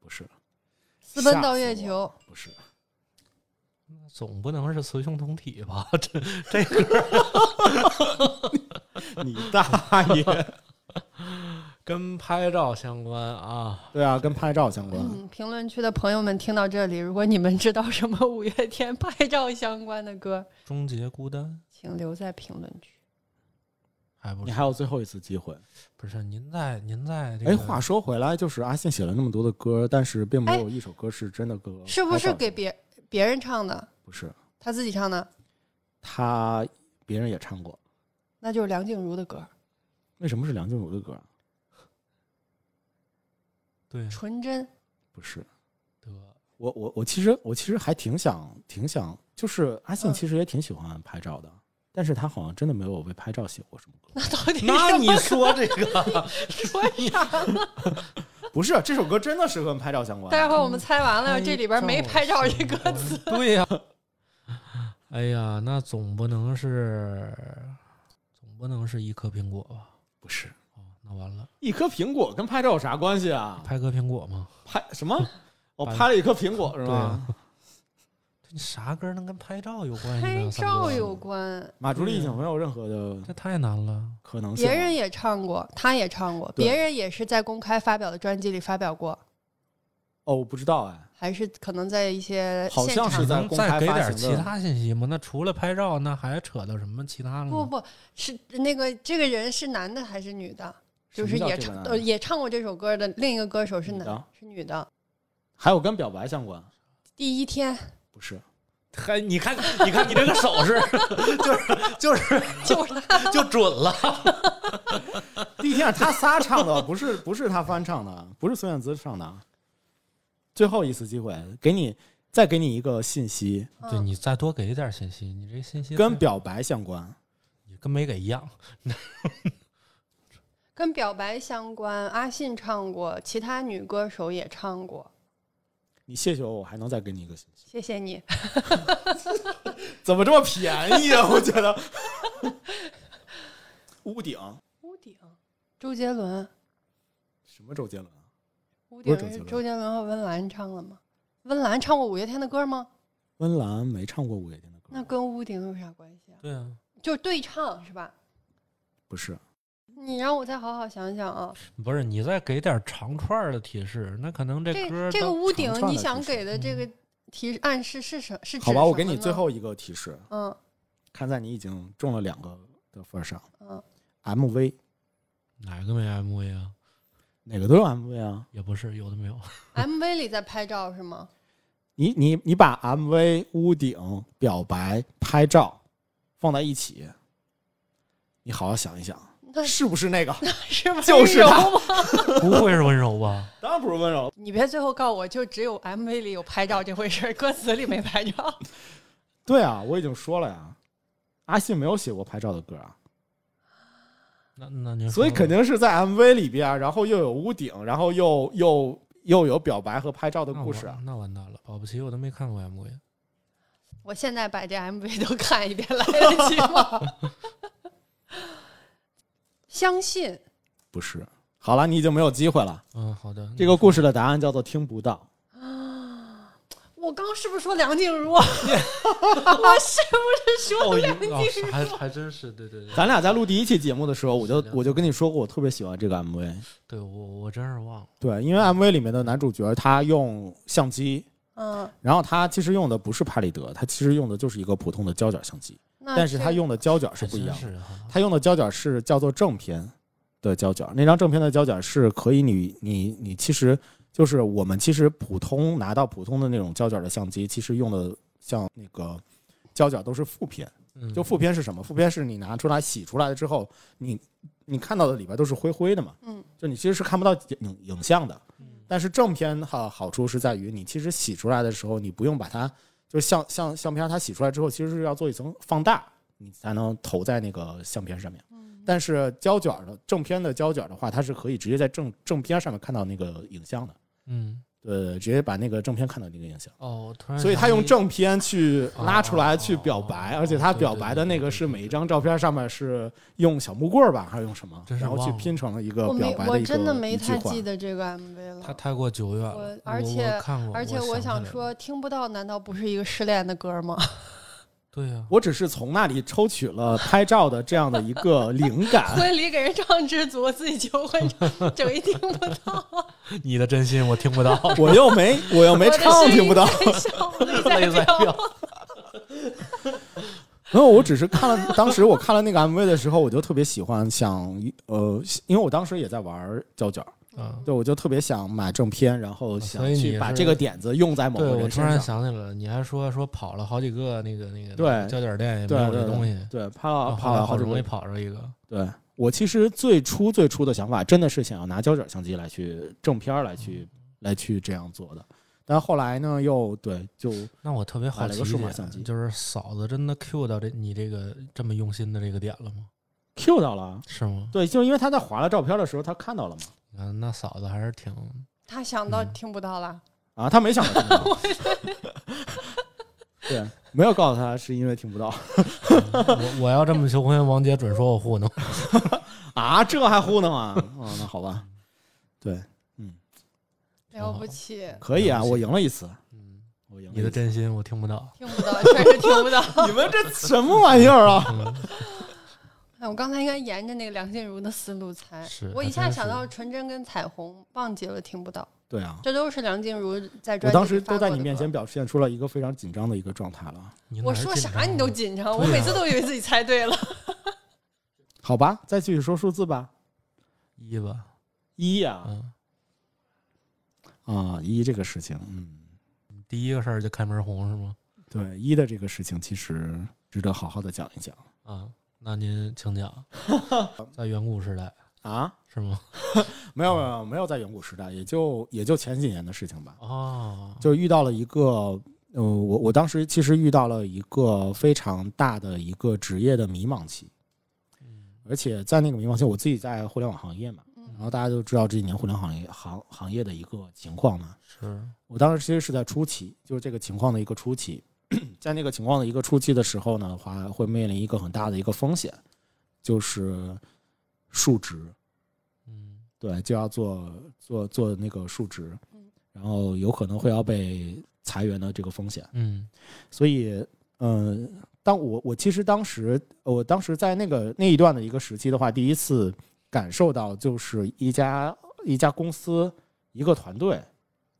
Speaker 1: 不是了，
Speaker 4: 私奔到月球，
Speaker 1: 不是。
Speaker 3: 总不能是雌雄同体吧？这这个
Speaker 1: 你大爷！
Speaker 3: 跟拍照相关啊，
Speaker 1: 对啊，跟拍照相关。
Speaker 4: 嗯，评论区的朋友们听到这里，如果你们知道什么五月天拍照相关的歌，
Speaker 3: 终结孤单
Speaker 4: 请留在评论区。
Speaker 3: 还不
Speaker 1: 你
Speaker 3: 是
Speaker 1: 还有最后一次机会。
Speaker 3: 不是？您在您在这个
Speaker 1: 哎，话说回来，就是阿信写了那么多的歌，但是并没有一首歌是真的歌，
Speaker 4: 哎是不
Speaker 1: 拍
Speaker 4: 是
Speaker 1: 照
Speaker 4: 给别别人唱的？
Speaker 1: 不是
Speaker 4: 他自己唱的，
Speaker 1: 他别人也唱过？
Speaker 4: 那就是梁静茹的歌，
Speaker 1: 为什么是梁静茹的歌？啊
Speaker 3: 对
Speaker 4: 《纯真》。
Speaker 1: 不是
Speaker 3: 得
Speaker 1: 我我我其实我其实还挺想挺想，就是阿信
Speaker 4: 嗯
Speaker 1: 其实也挺喜欢拍照的，但是他好像真的没有为拍照写过什么歌。
Speaker 4: 那到 底
Speaker 3: 那
Speaker 4: 什
Speaker 3: 你
Speaker 4: 么
Speaker 3: 说这 个
Speaker 4: 说啥呢？
Speaker 1: 不是这首歌真的是跟拍照相关
Speaker 4: 待会儿我们猜完
Speaker 1: 哎
Speaker 4: 了，这里边
Speaker 3: 哎
Speaker 4: 没拍照这歌 词。，
Speaker 3: 对呀、哎呀，那总不能是总不能是一颗苹果吧？
Speaker 1: 不是
Speaker 3: 哦，那完了，
Speaker 1: 一颗苹果跟拍照有啥关系啊？
Speaker 3: 拍颗苹果吗？
Speaker 1: 拍什么？我
Speaker 3: 拍
Speaker 1: 拍了一颗苹果是
Speaker 3: 对
Speaker 1: 吗
Speaker 3: 啊？你啥歌能跟拍照有
Speaker 1: 哎
Speaker 3: 关系呢？
Speaker 4: 拍
Speaker 3: 三哥
Speaker 4: 照有，关，
Speaker 1: 马朱丽已经没有任何的
Speaker 3: 这太难了。
Speaker 1: 可能性了。
Speaker 4: 别人也唱过，他也唱过，
Speaker 1: 对
Speaker 4: 别人也是在公开发表的专辑里发表过，
Speaker 1: 哦，我不知道哎。
Speaker 4: 还是可能在一些
Speaker 1: 好
Speaker 4: 现
Speaker 1: 像
Speaker 4: 场
Speaker 1: 是在
Speaker 3: 能
Speaker 1: 公
Speaker 3: 再
Speaker 1: 开
Speaker 3: 给
Speaker 1: 发
Speaker 3: 点
Speaker 1: 行的
Speaker 3: 其他信息吗？那除了拍照，那还扯到什么其他了吗？
Speaker 1: 嗯
Speaker 4: 不不是那个这个人是男的还是女的？就
Speaker 1: 什
Speaker 4: 是
Speaker 1: 么叫
Speaker 4: 也
Speaker 1: 这个
Speaker 4: 唱
Speaker 1: 男的
Speaker 4: 呃也唱过这首歌的另一个歌手是
Speaker 1: 女
Speaker 4: 男
Speaker 1: 的
Speaker 4: 是女的。
Speaker 1: 还有跟表白相关？
Speaker 4: 第一天
Speaker 1: 不是，
Speaker 3: 还你看，你看你这个手势，就是就是
Speaker 4: 就是
Speaker 3: 就准了。
Speaker 1: 第一天是他仨唱的，不是不是他翻唱的，不是孙燕姿唱的。最后一次机会，给你再给你一个信息，
Speaker 4: 嗯
Speaker 3: 对你再多给一点信息，你这信息
Speaker 1: 跟
Speaker 3: 太
Speaker 1: 表白相关。
Speaker 3: 你跟没给一样。
Speaker 4: 跟表白相关，阿信唱过，其他女歌手也唱过。
Speaker 1: 你谢谢我，我还能再给你一个信息。
Speaker 4: 谢谢你，
Speaker 1: 怎么这么便宜啊？我觉得。屋顶
Speaker 4: 屋顶， 周杰伦，
Speaker 1: 什么周杰伦啊？
Speaker 4: 屋
Speaker 1: 不
Speaker 4: 顶
Speaker 1: 是周杰
Speaker 4: 是
Speaker 1: 伦
Speaker 4: 周杰伦和温岚唱了吗？温岚唱过五月天的歌吗？
Speaker 1: 温岚没唱过五月天的歌，
Speaker 4: 那跟屋顶有啥关系啊？
Speaker 3: 对啊，
Speaker 4: 就是对唱是吧？
Speaker 1: 不是
Speaker 4: 你让我再好好想想啊，
Speaker 3: 不是你再给点长串儿的提示，那可能
Speaker 4: 这
Speaker 3: 歌
Speaker 4: 这个
Speaker 3: 都
Speaker 4: 屋顶
Speaker 1: 长串
Speaker 4: 你
Speaker 1: 的
Speaker 4: 想
Speaker 1: 提示
Speaker 4: 给的这个提暗示是什是
Speaker 1: 嗯
Speaker 4: 指
Speaker 1: 好吧，我
Speaker 4: 什
Speaker 1: 给
Speaker 4: 么
Speaker 1: 你
Speaker 4: 呢
Speaker 1: 最后一个提示，
Speaker 4: 嗯
Speaker 1: 看在你已经中了两个的份儿上
Speaker 4: 嗯，
Speaker 1: ，MV
Speaker 3: 哪个没 MV 啊？
Speaker 1: 哪个都有 MV 啊。
Speaker 3: 也不是，有的没有。
Speaker 4: ，MV 里在拍照是吗？
Speaker 1: 你你你把 MV、屋顶、表白、拍照放在一起，你好好想一想，
Speaker 4: 那
Speaker 1: 是不是那个？
Speaker 4: 是温
Speaker 1: 就是
Speaker 4: 柔
Speaker 1: 他
Speaker 4: 吗？
Speaker 3: 不会是温柔吧？
Speaker 1: 当然不是温柔，
Speaker 4: 你别最后告我就只有 MV 里有拍照这回事儿，歌词里没拍照
Speaker 1: 对啊，我已经说了呀，阿信没有写过拍照的歌啊，
Speaker 3: 那那您说
Speaker 1: 所以
Speaker 3: 吧
Speaker 1: 肯定是在 MV 里边，然后又有屋顶，然后又又又有表白和拍照的
Speaker 3: 那
Speaker 1: 故事
Speaker 3: 我
Speaker 1: 啊。
Speaker 3: 那完蛋了，保不齐我都没看过 MV。
Speaker 4: 我现在把这 MV 都看一遍来得及吗？ 相信
Speaker 1: 不是，好了，你已经没有机会了。
Speaker 3: 嗯，好的。
Speaker 1: 这个故事的答案叫做听不到。
Speaker 4: 我刚是不是说梁静茹？我 是不是 说
Speaker 3: 哦，
Speaker 4: 梁静茹？
Speaker 3: 哦还还真是，对对对，
Speaker 1: 咱俩在录第一期节目的时候，我就是
Speaker 3: 的
Speaker 1: 我就跟你说过，我特别喜欢这个 MV。
Speaker 3: 对我我真是忘了。
Speaker 1: 对，因为 MV 里面的男主角他用相机，
Speaker 4: 嗯，
Speaker 1: 然后他其实用的不是拍立得，他其实用的就是一个普通的胶卷相机，
Speaker 4: 那
Speaker 1: 但是他
Speaker 4: 这
Speaker 1: 用的胶卷是
Speaker 3: 啊还
Speaker 1: 不一
Speaker 3: 真
Speaker 1: 样的。
Speaker 3: 是哈
Speaker 1: 他用的胶卷是叫做正片的胶卷，那张正片的胶卷是可以你你你其实就是我们其实普通拿到普通的那种胶卷的相机，其实用的像那个胶卷都是负片。
Speaker 3: 嗯
Speaker 1: 就负片是什么？负片是你拿出来洗出来了之后，你你看到的里边都是灰灰的嘛，
Speaker 4: 嗯，
Speaker 1: 就你其实是看不到影影像的
Speaker 3: 嗯。
Speaker 1: 但是正片哈好处是在于，你其实洗出来的时候，你不用把它就是相相相片，它洗出来之后其实是要做一层放大，你才能投在那个相片上面。
Speaker 4: 嗯
Speaker 1: 但是胶卷的正片的胶卷的话，它是可以直接在正正片上面看到那个影像的，
Speaker 3: 嗯
Speaker 1: 对，直接把那个正片看到那个影像。
Speaker 3: 哦，我突然
Speaker 1: 所以
Speaker 3: 想
Speaker 1: 他用
Speaker 3: 起
Speaker 1: 正片去拉出来去表白，
Speaker 3: 哦
Speaker 1: 而且他表白的那个是每一张照片上面是用小木棍儿吧，还是用什么
Speaker 3: 真，是
Speaker 1: 然后去
Speaker 3: 忘了
Speaker 1: 拼成了一个
Speaker 4: 我
Speaker 1: 表
Speaker 4: 没
Speaker 1: 白
Speaker 4: 我
Speaker 1: 的一个
Speaker 4: 真的没
Speaker 1: 一句
Speaker 4: 太
Speaker 1: 话
Speaker 4: 记得这个 MV
Speaker 3: 他
Speaker 4: 了。
Speaker 3: 太过久远
Speaker 4: 我
Speaker 3: 了，
Speaker 4: 而
Speaker 3: 我
Speaker 4: 且
Speaker 3: 我看过，
Speaker 4: 而且
Speaker 3: 我
Speaker 4: 我想
Speaker 3: 起来了，
Speaker 4: 说，听不到难道不是一个失恋的歌吗？
Speaker 3: 对呀，
Speaker 1: 我只是从那里抽取了拍照的这样的一个灵 感。
Speaker 4: 婚礼给人唱知足，自己求 婚整一听不到，
Speaker 3: 你的真心我听不到，
Speaker 1: 我又没，我又没唱，听不到。
Speaker 4: 泪
Speaker 3: 泪
Speaker 4: 在
Speaker 3: 在
Speaker 4: 飙
Speaker 3: 飙。
Speaker 1: 没有，我只是看了，当时我看了那个 MV 的时候，我就特别喜欢想，呃，因为我当时也在玩胶卷儿，
Speaker 3: 嗯，
Speaker 1: 对，我就特别想买正片，然后
Speaker 3: 啊所
Speaker 1: 想
Speaker 3: 以
Speaker 1: 去
Speaker 3: 你
Speaker 1: 把
Speaker 3: 是
Speaker 1: 这个点子用在某
Speaker 3: 对，
Speaker 1: 个
Speaker 3: 我
Speaker 1: 人
Speaker 3: 突
Speaker 1: 身
Speaker 3: 然
Speaker 1: 上。
Speaker 3: 想起来了，你还说说跑了好几个那个那个
Speaker 1: 对
Speaker 3: 胶卷店也没
Speaker 1: 对
Speaker 3: 有
Speaker 1: 对
Speaker 3: 这东西，
Speaker 1: 对，拍了
Speaker 3: 然后
Speaker 1: 拍
Speaker 3: 后
Speaker 1: 了
Speaker 3: 来好
Speaker 1: 好
Speaker 3: 不
Speaker 1: 几
Speaker 3: 容
Speaker 1: 回
Speaker 3: 易跑着一个，
Speaker 1: 对我其实最初最初的想法，真的是想要拿胶卷相机来去正片儿来去
Speaker 3: 嗯
Speaker 1: 来去这样做的，但后来呢，又对就
Speaker 3: 那我特别好
Speaker 1: 买了
Speaker 3: 奇
Speaker 1: 个数码
Speaker 3: 一点
Speaker 1: 相机
Speaker 3: 就是嫂子真的 Q 到这你这个这么用心的这个点了吗？
Speaker 1: Q 到了。
Speaker 3: 是吗？
Speaker 1: 对，就是因为他在划拉照片的时候，他看到了嘛，
Speaker 3: 你看那嫂子还是挺
Speaker 4: 他想到
Speaker 3: 嗯
Speaker 4: 听不到了，
Speaker 1: 啊，他没想到听不到对，没有告诉他是因为听不到
Speaker 3: 我我要这么求婚，王姐准说我糊弄。
Speaker 1: 啊，这还糊弄啊？哦，那好吧，对，
Speaker 4: 了不起，
Speaker 1: 可以啊，
Speaker 3: 了不起
Speaker 1: 我赢了一次，
Speaker 3: 嗯，
Speaker 1: 我赢了
Speaker 3: 你的
Speaker 1: 一次。
Speaker 3: 真心我听不到。
Speaker 4: 听不到， 确实听不到。
Speaker 1: 你们这什么玩意儿啊？
Speaker 3: 嗯，
Speaker 4: 哎，我刚才应该沿着那个梁静茹的思路猜
Speaker 3: 是，
Speaker 4: 我一
Speaker 3: 还
Speaker 4: 下
Speaker 3: 真
Speaker 4: 想
Speaker 3: 是
Speaker 4: 到纯真跟彩虹，忘记了听不到，
Speaker 1: 对啊，
Speaker 4: 这都是梁静茹在
Speaker 1: 我
Speaker 4: 专辑
Speaker 1: 当时
Speaker 4: 里发
Speaker 1: 都在
Speaker 4: 过
Speaker 1: 你
Speaker 4: 的
Speaker 1: 面
Speaker 4: 歌
Speaker 1: 前。表现出了一个非常紧张的一个状态了。
Speaker 3: 你
Speaker 4: 我
Speaker 3: 哪儿
Speaker 4: 说
Speaker 3: 紧
Speaker 4: 啥
Speaker 3: 张
Speaker 4: 你都
Speaker 3: 了
Speaker 4: 紧张，我
Speaker 3: 对
Speaker 4: 每
Speaker 3: 呀
Speaker 1: 啊
Speaker 4: 次都以为自己猜 对了。
Speaker 1: 好吧，再继续说数字吧。
Speaker 3: 一吧？
Speaker 1: 一呀
Speaker 3: 嗯，
Speaker 1: 啊，一这个事情，嗯，
Speaker 3: 第一个事儿就开门红是吗？
Speaker 1: 对，一的这个事情其实值得好好的讲一讲
Speaker 3: 啊，那您 请讲，在远古时代
Speaker 1: 啊。
Speaker 3: 是吗？
Speaker 1: 没有没有没有，在远古时代，也就也就前几年的事情吧，
Speaker 3: 哦，
Speaker 1: 就遇到了一个。呃，我我当时其实遇到了一个非常大的一个职业的迷茫期，而且在那个迷茫期，我自己在互联网行业嘛，
Speaker 4: 嗯
Speaker 1: 然后大家都知道这几年互联网行业行行业的一个情况嘛，
Speaker 3: 是
Speaker 1: 我当时其实是在初期，就是这个情况的一个初期， 在那个情况的一个初期的时候呢，话会面临一个很大的一个风险，就是数值，
Speaker 3: 嗯，
Speaker 1: 对，就要做做做那个数值
Speaker 4: 嗯，
Speaker 1: 然后有可能会要被裁员的这个风险。
Speaker 3: 嗯
Speaker 1: 所以，嗯，当我我其实当时我当时在那个那一段的一个时期的话，第一次感受到，就是一家一家公司、一个团队、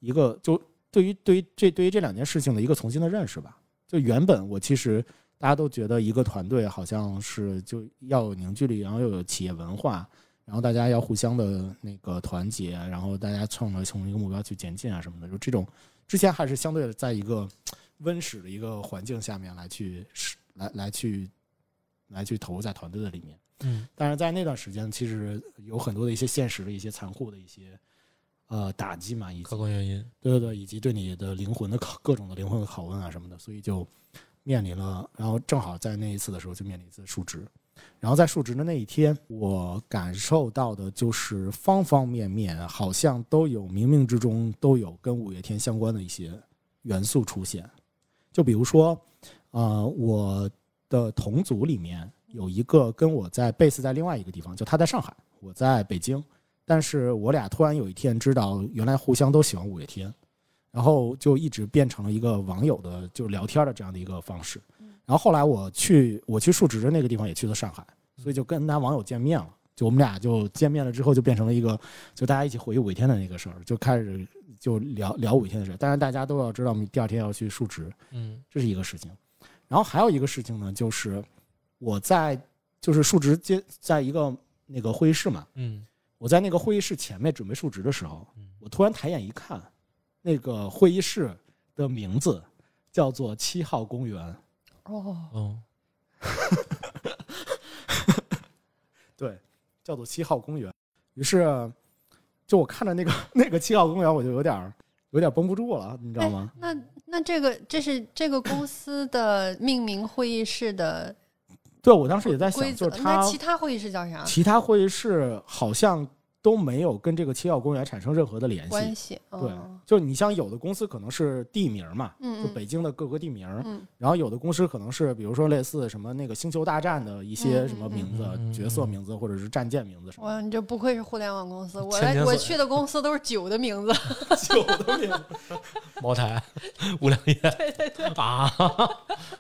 Speaker 1: 一个就对于对于这对于这两件事情的一个重新的认识吧。就原本我其实大家都觉得一个团队好像是就要有凝聚力，然后又有企业文化，然后大家要互相的那个团结，然后大家冲着冲着一个目标去前进啊什么的，就这种之前还是相对的在一个温室的一个环境下面来去来来去来去投入在团队的里面。
Speaker 3: 嗯
Speaker 1: 但是在那段时间，其实有很多的一些现实的一些残酷的一些呃打击嘛，以及
Speaker 3: 客观原因，
Speaker 1: 对对对，以及对你的灵魂的拷各种的灵魂的拷问啊什么的，所以就面临了。然后正好在那一次的时候就面临一次述职，然后在述职的那一天，我感受到的就是方方面面好像都有冥冥之中都有跟五月天相关的一些元素出现。就比如说，呃，我的同组里面有一个跟我在贝斯在另外一个地方，就他在上海，我在北京。但是我俩突然有一天知道，原来互相都喜欢五月天，然后就一直变成了一个网友的就聊天的这样的一个方式。然后后来我去我去述职的那个地方也去了上海，所以就跟他网友见面了。就我们俩就见面了之后，就变成了一个就大家一起回忆五月天的那个事儿，就开始就聊聊五月天的事儿。当然大家都要知道，我们第二天要去述职，
Speaker 3: 嗯
Speaker 1: 这是一个事情。然后还有一个事情呢，就是我在就是述职接在一个那个会议室嘛，
Speaker 3: 嗯
Speaker 1: 我在那个会议室前面准备述职的时候
Speaker 3: 嗯，
Speaker 1: 我突然抬眼一看，那个会议室的名字叫做七号公园。
Speaker 4: 哦，
Speaker 3: 哦
Speaker 1: 对，叫做七号公园。于是，就我看着那个那个七号公园，我就有点儿有点绷不住了，你知
Speaker 4: 哎
Speaker 1: 道吗？
Speaker 4: 那那这个这是这个公司的命名会议室的
Speaker 1: 对，我当时也在
Speaker 4: 规
Speaker 1: 想，
Speaker 4: 则
Speaker 1: 就，是
Speaker 4: 那
Speaker 1: 它
Speaker 4: 其他会议室叫啥
Speaker 1: 其他会议室好像都没有跟这个七号公园产生任何的联
Speaker 4: 关
Speaker 1: 系。
Speaker 4: 系？
Speaker 1: 对
Speaker 4: 哦，
Speaker 1: 就你像有的公司可能是地名嘛，
Speaker 4: 嗯
Speaker 1: 就北京的各个地名，
Speaker 4: 嗯
Speaker 1: 然后有的公司可能是，比如说类似什么那个《星球大战》的一些什么名字、
Speaker 3: 嗯嗯嗯
Speaker 1: 角色名字，或者是战舰名字什么
Speaker 4: 哇，你这不愧是互联网公司，我
Speaker 3: 千
Speaker 4: 来
Speaker 3: 年
Speaker 4: 我
Speaker 3: 所
Speaker 4: 去的公司都是酒的名字，
Speaker 1: 酒的名字。
Speaker 3: 茅台、五粮液，对对对啊，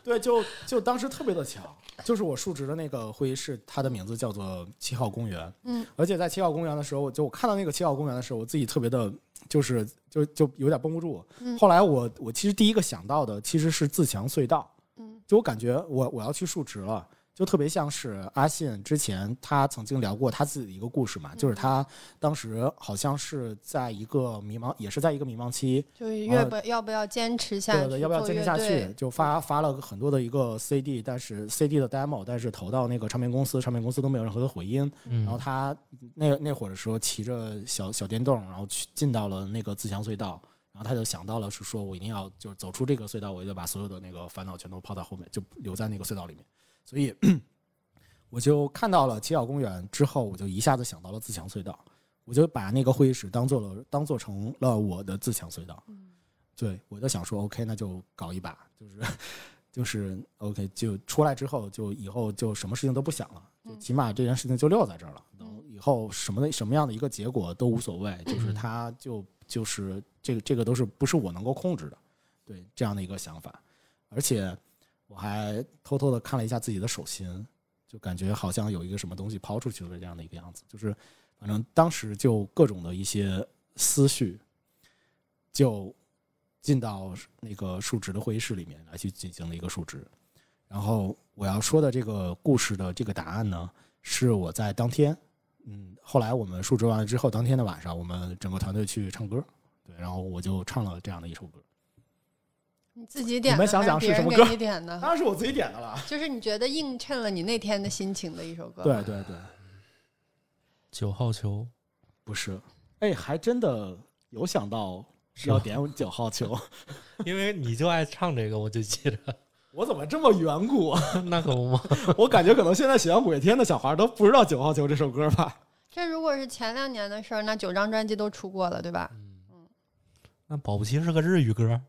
Speaker 1: 对，就就当时特别的巧，就是我述职的那个会议室，它的名字叫做七号公园。
Speaker 4: 嗯，
Speaker 1: 而且在七号公园的时候，我就我看到那个七号公园的时候，我自己特别的，就是就就有点绷不住。
Speaker 4: 嗯
Speaker 1: 后来我我其实第一个想到的其实是自强隧道。
Speaker 4: 嗯
Speaker 1: 就我感觉我我要去述职了，就特别像是阿信之前他曾经聊过他自己的一个故事嘛，
Speaker 4: 嗯
Speaker 1: 就是他当时好像是在一个迷茫，也是在一个迷茫期，
Speaker 4: 就是越
Speaker 1: 啊
Speaker 4: 不要不要坚持下
Speaker 1: 对
Speaker 4: 去，
Speaker 1: 对，要不要
Speaker 4: 做
Speaker 1: 坚持
Speaker 4: 乐
Speaker 1: 下去
Speaker 4: 队？？
Speaker 1: 就发发了很多的一个 CD，但是 CD 的 demo，但是投到那个唱片公司，唱片公司都没有任何的回音。然后
Speaker 3: 嗯
Speaker 1: 他那那会儿的时候骑着小小电动，然后去进到了那个自强隧道，然后他就想到了是说我一定要就是走出这个隧道，我就得把所有的那个烦恼全都抛到后面，就留在那个隧道里面。所以我就看到了七号公园之后，我就一下子想到了自强隧道，我就把那个会议室当做了当做成了我的自强隧道。对，我就想说，OK，那就搞一把，就是就是 OK，就出来之后，就以后就什么事情都不想了，就
Speaker 4: 嗯
Speaker 1: 起码这件事情就撂在这儿了。然后
Speaker 4: 嗯
Speaker 1: 以后什么的什么样的一个结果都无所谓，就是
Speaker 3: 嗯
Speaker 1: 它就就是这个这个都是不是我能够控制的，对这样的一个想法。而且我还偷偷的看了一下自己的手心，就感觉好像有一个什么东西抛出去了这样的一个样子，就是反正当时就各种的一些思绪就进到那个述职的会议室里面来去进行了一个述职。然后我要说的这个故事的这个答案呢，是我在当天，嗯，后来我们述职完了之后，当天的晚上，我们整个团队去唱歌，对，然后我就唱了这样的一首歌，
Speaker 4: 你自己点
Speaker 1: 你
Speaker 4: 的
Speaker 1: 们想
Speaker 4: 还
Speaker 1: 想
Speaker 4: 别
Speaker 1: 是
Speaker 4: 人
Speaker 1: 什么
Speaker 4: 给
Speaker 1: 歌
Speaker 4: 你点的？
Speaker 1: 当然是我自己点的了。
Speaker 4: 就是你觉得映衬了你那天的心情的一首歌。
Speaker 1: 对，对对，
Speaker 3: 九号球
Speaker 1: 不是，哎，还真的有想到
Speaker 3: 是
Speaker 1: 要
Speaker 3: 吧，
Speaker 1: 点九号球，
Speaker 3: 因为你就爱唱这个，我就记着，
Speaker 1: 我怎么这么远古啊？
Speaker 3: 那可不嘛，
Speaker 1: 我感觉可能现在喜欢五月天的小孩都不知道九号球这首歌吧？
Speaker 4: 这如果是前两年的事儿，那九张专辑都出过了，对 吧？
Speaker 3: 嗯那保不齐是个日语歌，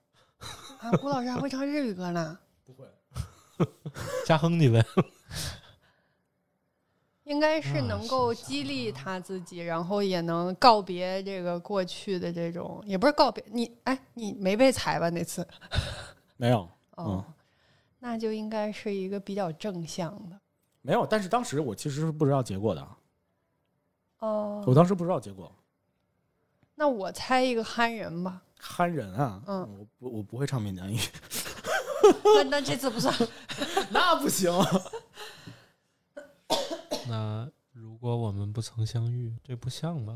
Speaker 4: 啊，古老师还会唱日语歌呢，
Speaker 1: 不会，
Speaker 3: 加哼你呗，
Speaker 4: 应该是
Speaker 3: 啊
Speaker 4: 能
Speaker 3: 是
Speaker 4: 够
Speaker 3: 是
Speaker 4: 激励他自己，然后也能告别这个过去的这种，也不是告别你，哎，你没被裁吧那次？
Speaker 1: 没有，
Speaker 4: 哦，
Speaker 1: 嗯
Speaker 4: 那就应该是一个比较正向的。
Speaker 1: 没有。但是当时我其实是不知道结果的，
Speaker 4: 哦，
Speaker 1: 我当时不知道结果。
Speaker 4: 那我猜一个憨人吧。
Speaker 1: 憨人啊，
Speaker 4: 嗯，
Speaker 1: 我不我不会唱闽南语，
Speaker 4: 那那这次不算，
Speaker 1: 那不行。
Speaker 3: 那如果我们不曾相遇，这不像吧？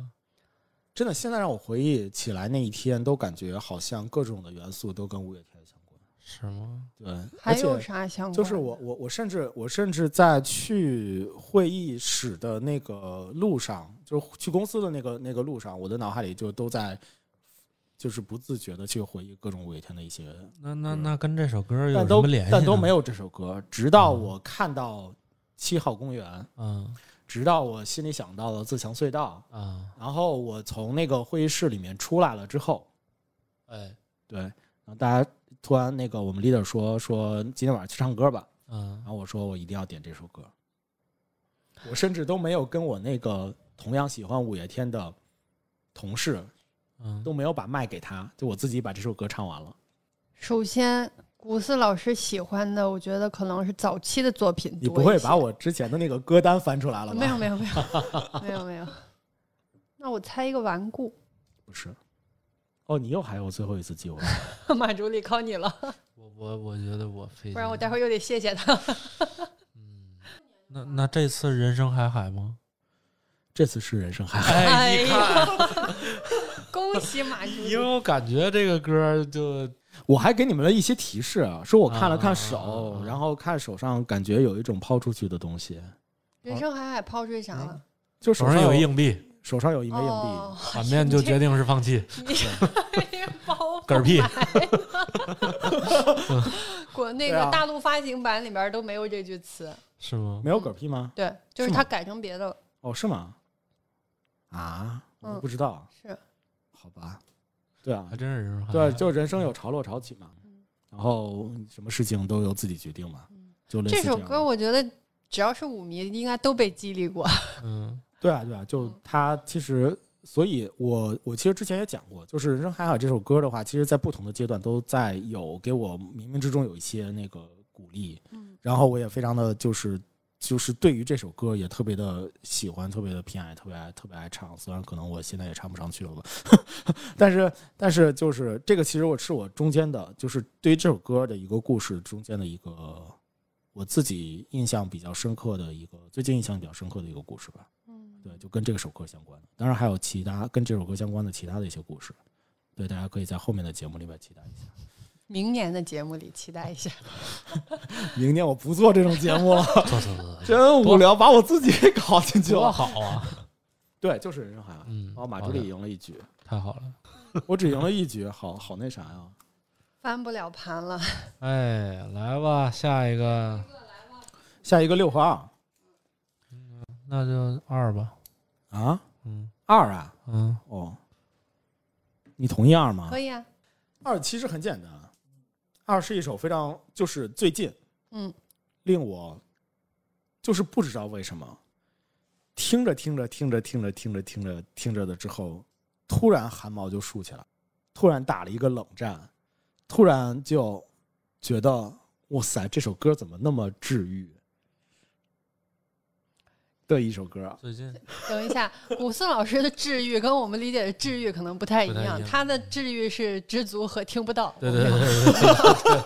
Speaker 1: 真的，现在让我回忆起来那一天，都感觉好像各种的元素都跟五月天相关。
Speaker 3: 是吗？
Speaker 1: 对，
Speaker 4: 还
Speaker 1: 而
Speaker 4: 有
Speaker 1: 且
Speaker 4: 啥相关？
Speaker 1: 就是我，我我甚至我甚至在去会议室的那个路上，就是去公司的那个那个路上，我的脑海里就都在，就是不自觉的去回忆各种五月天的一些，
Speaker 3: 那那
Speaker 1: 嗯
Speaker 3: 那跟这首歌有
Speaker 1: 但
Speaker 3: 什么
Speaker 1: 都
Speaker 3: 联系？
Speaker 1: 但都没。有这首歌，直到我看到《七号公园》，
Speaker 3: 嗯
Speaker 1: 直到我心里想到了《自强隧道
Speaker 3: 啊，》，
Speaker 1: 然后我从那个会议室里面出来了之后，
Speaker 3: 哎，
Speaker 1: 对，然后大家突然那个我们 leader 说说今天晚上去唱歌吧，
Speaker 3: 嗯
Speaker 1: 然，后我说我一定要点这首歌，我甚至都没有跟我那个同样喜欢五月天的同事
Speaker 3: 嗯，
Speaker 1: 都没有把麦给他，就我自己把这首歌唱完了。
Speaker 4: 首先，古斯老师喜欢的，我觉得可能是早期的作品多一些。
Speaker 1: 你不会把我之前的那个歌单翻出来了吧？
Speaker 4: 没有没有没 有没有没有。那我猜一个顽固，
Speaker 1: 不是。哦，你又还有最后一次机会，
Speaker 4: 马助理靠你了，
Speaker 3: 我我我觉得我非
Speaker 4: 不然我待会儿又得谢谢他。
Speaker 3: 嗯那那这次人生海海吗？
Speaker 1: 这次是人生海海。
Speaker 4: 哎
Speaker 3: 你
Speaker 4: 呦
Speaker 3: 看，
Speaker 4: 恭喜马助理
Speaker 3: 因为！我感觉这个歌就
Speaker 1: 我还给你们了一些提示啊，说我看了看
Speaker 3: 啊啊啊
Speaker 1: 手
Speaker 3: 啊，啊
Speaker 1: 然后看手上感觉有一种抛出去的东西，
Speaker 4: 人生海海抛出去啥了？
Speaker 1: 就
Speaker 3: 手
Speaker 1: 手
Speaker 3: 上
Speaker 1: 有
Speaker 3: 有硬 币，
Speaker 1: 手哎上有一枚硬币，
Speaker 4: 哦，
Speaker 3: 反面就决定是放弃。
Speaker 4: 你 这哎包
Speaker 3: 嗝屁！
Speaker 4: 国那
Speaker 1: 对
Speaker 4: 个
Speaker 1: 啊
Speaker 4: 大陆发行版里边都没有这句词，
Speaker 3: 是吗？
Speaker 1: 没有嗝屁吗？
Speaker 4: 对，就是
Speaker 1: 是吗
Speaker 4: 他改成别的了。
Speaker 3: 嗯
Speaker 1: 哦，是吗？啊，我都
Speaker 4: 嗯
Speaker 1: 不知道，
Speaker 4: 是
Speaker 1: 好吧？对啊
Speaker 3: 还，真是人生海海。
Speaker 1: 对，就人生有潮落潮起嘛，然后什么事情都由自己决定嘛，就类似
Speaker 4: 这首
Speaker 1: 样
Speaker 4: 歌，
Speaker 1: 的
Speaker 4: 我觉得只要是舞迷，应该都被激励过。
Speaker 3: 嗯
Speaker 1: 对啊，对啊，就
Speaker 4: 嗯
Speaker 1: 它其实，所以我我其实之前也讲过，就是《人生海海》这首歌的话，其实在不同的阶段都在有给我冥冥之中有一些那个鼓励，
Speaker 4: 嗯
Speaker 1: 然后我也非常的就是就是对于这首歌也特别的喜欢，特别的偏爱，特别爱特别爱唱，虽然可能我现在也唱不上去了吧， 但是但是就是这个其实我是我中间的，就是对于这首歌的一个故事中间的一个。我自己印象比较深刻的一个，最近印象比较深刻的一个故事吧。
Speaker 4: 嗯，
Speaker 1: 对，就跟这个首歌相关的。当然还有其他跟这首歌相关的其他的一些故事，对，大家可以在后面的节目里边期待一下。
Speaker 4: 明年的节目里期待一 下。
Speaker 1: 明年我不做这种节目 了，
Speaker 3: 做做做做，
Speaker 1: 真无聊，把我自己给搞进去
Speaker 3: 多
Speaker 1: 了。
Speaker 3: 好啊！
Speaker 1: 对，就是人生海岸。
Speaker 3: 嗯
Speaker 1: 然后哦马
Speaker 3: 好
Speaker 1: 助理
Speaker 3: 的
Speaker 1: 赢了一局，
Speaker 3: 太好了，
Speaker 1: 我只赢了一局， 好好那啥呀、
Speaker 4: 翻不了盘了，
Speaker 3: 哎，来吧，下一个，
Speaker 1: 下一个六和二
Speaker 3: 那就二吧。
Speaker 1: 啊，
Speaker 3: 嗯
Speaker 1: 二啊，
Speaker 3: 嗯，
Speaker 1: 哦，你同意二吗
Speaker 4: 可？以啊。
Speaker 1: 二其实很简单，二是一首非常就是最近
Speaker 4: 嗯，
Speaker 1: 令我就是不知道为什么，听着听着听着听着听着听着听着的之后，突然汗毛就竖起来，突然打了一个冷战，突然就觉得哇塞，这首歌怎么那么治愈的一首歌？啊
Speaker 3: 最近
Speaker 4: 等一下，古斯老师的治愈跟我们理解的治愈可能不太一
Speaker 3: 不太一
Speaker 4: 样，
Speaker 3: 样
Speaker 4: 他的治愈是知足和听不到。
Speaker 3: 对对对对对，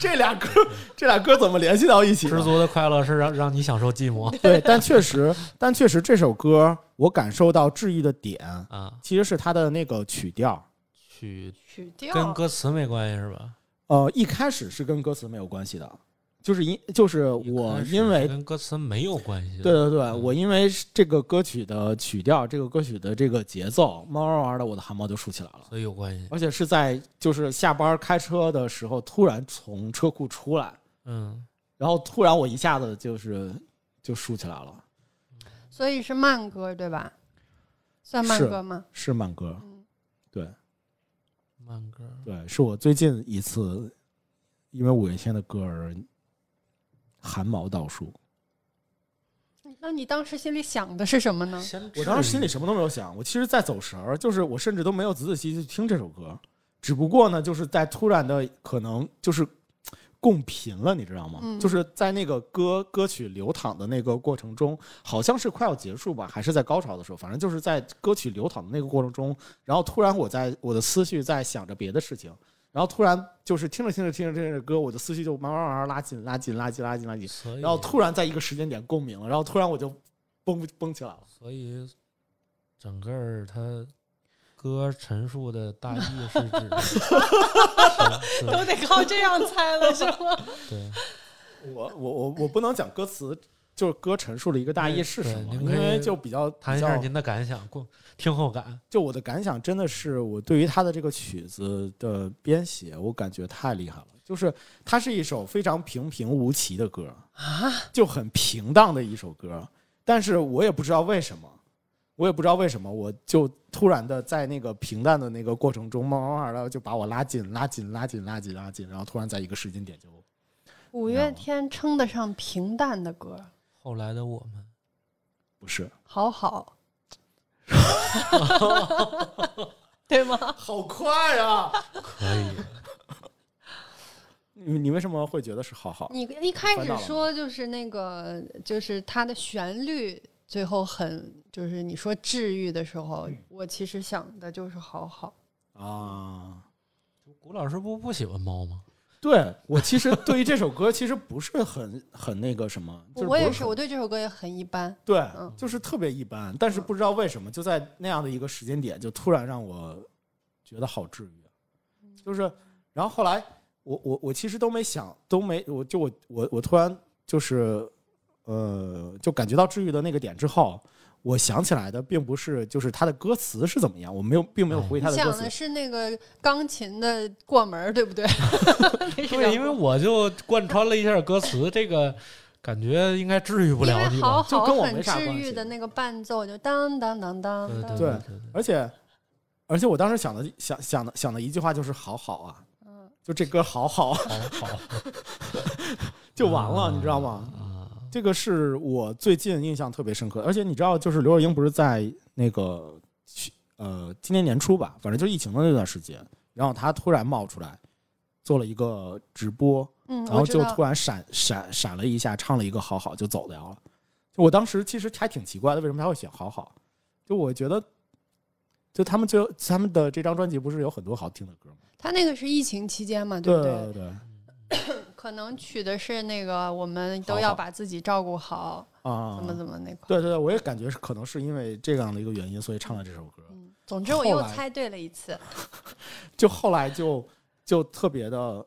Speaker 1: 这俩歌， 这俩歌怎么联系到一起呢？
Speaker 3: 知足的快乐是让让你享受寂寞
Speaker 1: 对，但确实，但确实这首歌我感受到治愈的点
Speaker 3: 啊。
Speaker 1: 其实是它的那个曲调，
Speaker 3: 曲
Speaker 4: 曲
Speaker 3: 跟
Speaker 4: 调
Speaker 3: 歌词没关系是吧？
Speaker 1: 呃，一开始是跟歌词没有关系的，就是因就是我因为
Speaker 3: 跟歌词没有关系。
Speaker 1: 对，对对，我因为是这个歌曲的曲调，这个歌曲的这个节奏，慢慢慢慢的我的汗毛就竖起来了，
Speaker 3: 所以有关系。
Speaker 1: 而且是在就是下班开车的时候，突然从车库出来，
Speaker 3: 嗯，
Speaker 1: 然后突然我一下子就是就竖起来了，
Speaker 4: 所以是慢歌对吧？算慢
Speaker 1: 是
Speaker 4: 歌吗？
Speaker 1: 是慢歌，
Speaker 4: 嗯
Speaker 1: 对
Speaker 3: 慢歌。
Speaker 1: 对，是我最近一次因为五月天的歌而汗毛倒竖。
Speaker 4: 那你当时心里想的是什么呢？
Speaker 3: 先
Speaker 1: 我当时心里
Speaker 3: 至
Speaker 1: 什么都没有想，我其实在走神儿，就是我甚至都没有仔仔细细去听这首歌，只不过呢，就是在突然的可能就是共频了，你知道吗？
Speaker 4: 嗯
Speaker 1: 就是在那个歌歌曲流淌的那个过程中，好像是快要结束吧，还是在高潮的时候，反正就是在歌曲流淌的那个过程中，然后突然我在我的思绪在想着别的事情。然后突然就是听着听着听着听着歌，我的思绪就慢慢慢慢拉近拉近拉近拉近拉近，
Speaker 3: 所以
Speaker 1: 然后突然在一个时间点共鸣了，然后突然我就蹦蹦起来了。
Speaker 3: 所以整个儿他歌陈述的大意是指 是
Speaker 4: 都
Speaker 3: 是
Speaker 4: 得靠这样猜了是吗？
Speaker 3: 对
Speaker 1: 我我我我不能讲歌词，就是歌陈述了一个大意是什么，
Speaker 3: 对您
Speaker 1: 因
Speaker 3: 可以
Speaker 1: 为就比较
Speaker 3: 谈一
Speaker 1: 比
Speaker 3: 下
Speaker 1: 较
Speaker 3: 您的感想，过听后感。
Speaker 1: 就我的感想，真的是我对于他的这个曲子的编写，我感觉太厉害了。就是它是一首非常平平无奇的歌啊，就很平淡的一首歌。但是我也不知道为什么，我也不知道为什么，我就突然的在那个平淡的那个过程中，慢慢慢的就把我拉近、拉近、拉近、拉近、拉近，然后突然在一个时间点就
Speaker 4: 五月天称得上平淡的歌，
Speaker 3: 后来的我们，
Speaker 1: 不是，
Speaker 4: 好好，对吗？
Speaker 1: 好快啊！
Speaker 3: 可以，
Speaker 1: 你你为什么会觉得是好好？
Speaker 4: 你一开
Speaker 1: 翻
Speaker 4: 始
Speaker 1: 到了吗
Speaker 4: 说就是那个，就是它的旋律，最后很就是你说治愈的时候，
Speaker 1: 嗯
Speaker 4: 我其实想的就是好好。
Speaker 1: 啊？
Speaker 3: 谷老师不不喜欢猫吗？
Speaker 1: 对我其实对于这首歌其实不是很 很那个什么，就是、
Speaker 4: 我也
Speaker 1: 是
Speaker 4: 是，
Speaker 1: 很
Speaker 4: 我对这首歌也很一般。
Speaker 1: 对、
Speaker 4: 嗯
Speaker 1: 就是特别一般，但是不知道为什么就在那样的一个时间点，就突然让我觉得好治愈，
Speaker 4: 嗯
Speaker 1: 就是然后后来我我我其实都没想都没我就我我我突然就是呃就感觉到治愈的那个点之后。我想起来的并不是就是它的歌词是怎么样，我没有并没有回忆它
Speaker 4: 你
Speaker 1: 的歌
Speaker 4: 想
Speaker 1: 词
Speaker 4: 的，是那个钢琴的过门儿，对 不对？那是啊
Speaker 3: 对，因为
Speaker 4: 我
Speaker 3: 我就贯穿了一下歌词，这个感觉应该治愈不
Speaker 4: 因
Speaker 3: 了
Speaker 4: 为
Speaker 3: 你
Speaker 4: 好
Speaker 3: 吧？
Speaker 1: 就
Speaker 4: 好
Speaker 1: 跟我
Speaker 4: 很
Speaker 1: 没啥
Speaker 4: 治
Speaker 1: 关
Speaker 4: 愈
Speaker 1: 系
Speaker 4: 的那个伴奏，就当当当当
Speaker 3: 对
Speaker 4: 当。
Speaker 3: 对
Speaker 1: 对
Speaker 3: 对，
Speaker 1: 而且而且我当时想的想想的想的一句话就是好好啊，
Speaker 4: 嗯
Speaker 1: 就这歌好好 啊
Speaker 3: 好好
Speaker 1: 就完了，你知道吗？
Speaker 3: 啊，
Speaker 1: 这个是我最近印象特别深刻，而且你知道，就是刘若英不是在那个去呃今年年初吧，反正就疫情的那段时间，然后她突然冒出来做了一个直播，
Speaker 4: 嗯，
Speaker 1: 然
Speaker 4: 我
Speaker 1: 后
Speaker 4: 知
Speaker 1: 就
Speaker 4: 道
Speaker 1: 突。然闪闪闪了一下，唱了一个好好就走掉了。就我当时其实还挺奇怪的，为什么他会选好好？就我觉得，就他们最后他们的这张专辑不是有很多好听的歌吗？
Speaker 4: 他那个是疫情期间嘛，对不
Speaker 1: 对
Speaker 4: 对？可能取的是那个我们都
Speaker 1: 好
Speaker 4: 要
Speaker 1: 好
Speaker 4: 把自己照顾好，
Speaker 1: 啊，
Speaker 4: 怎么怎么那块。
Speaker 1: 对对对，我也感觉是可能是因为这样的一个原因，所以唱了这首歌。
Speaker 4: 嗯，总之我
Speaker 1: 后
Speaker 4: 又
Speaker 1: 来
Speaker 4: 猜对了一次。
Speaker 1: 就后来就就特别的，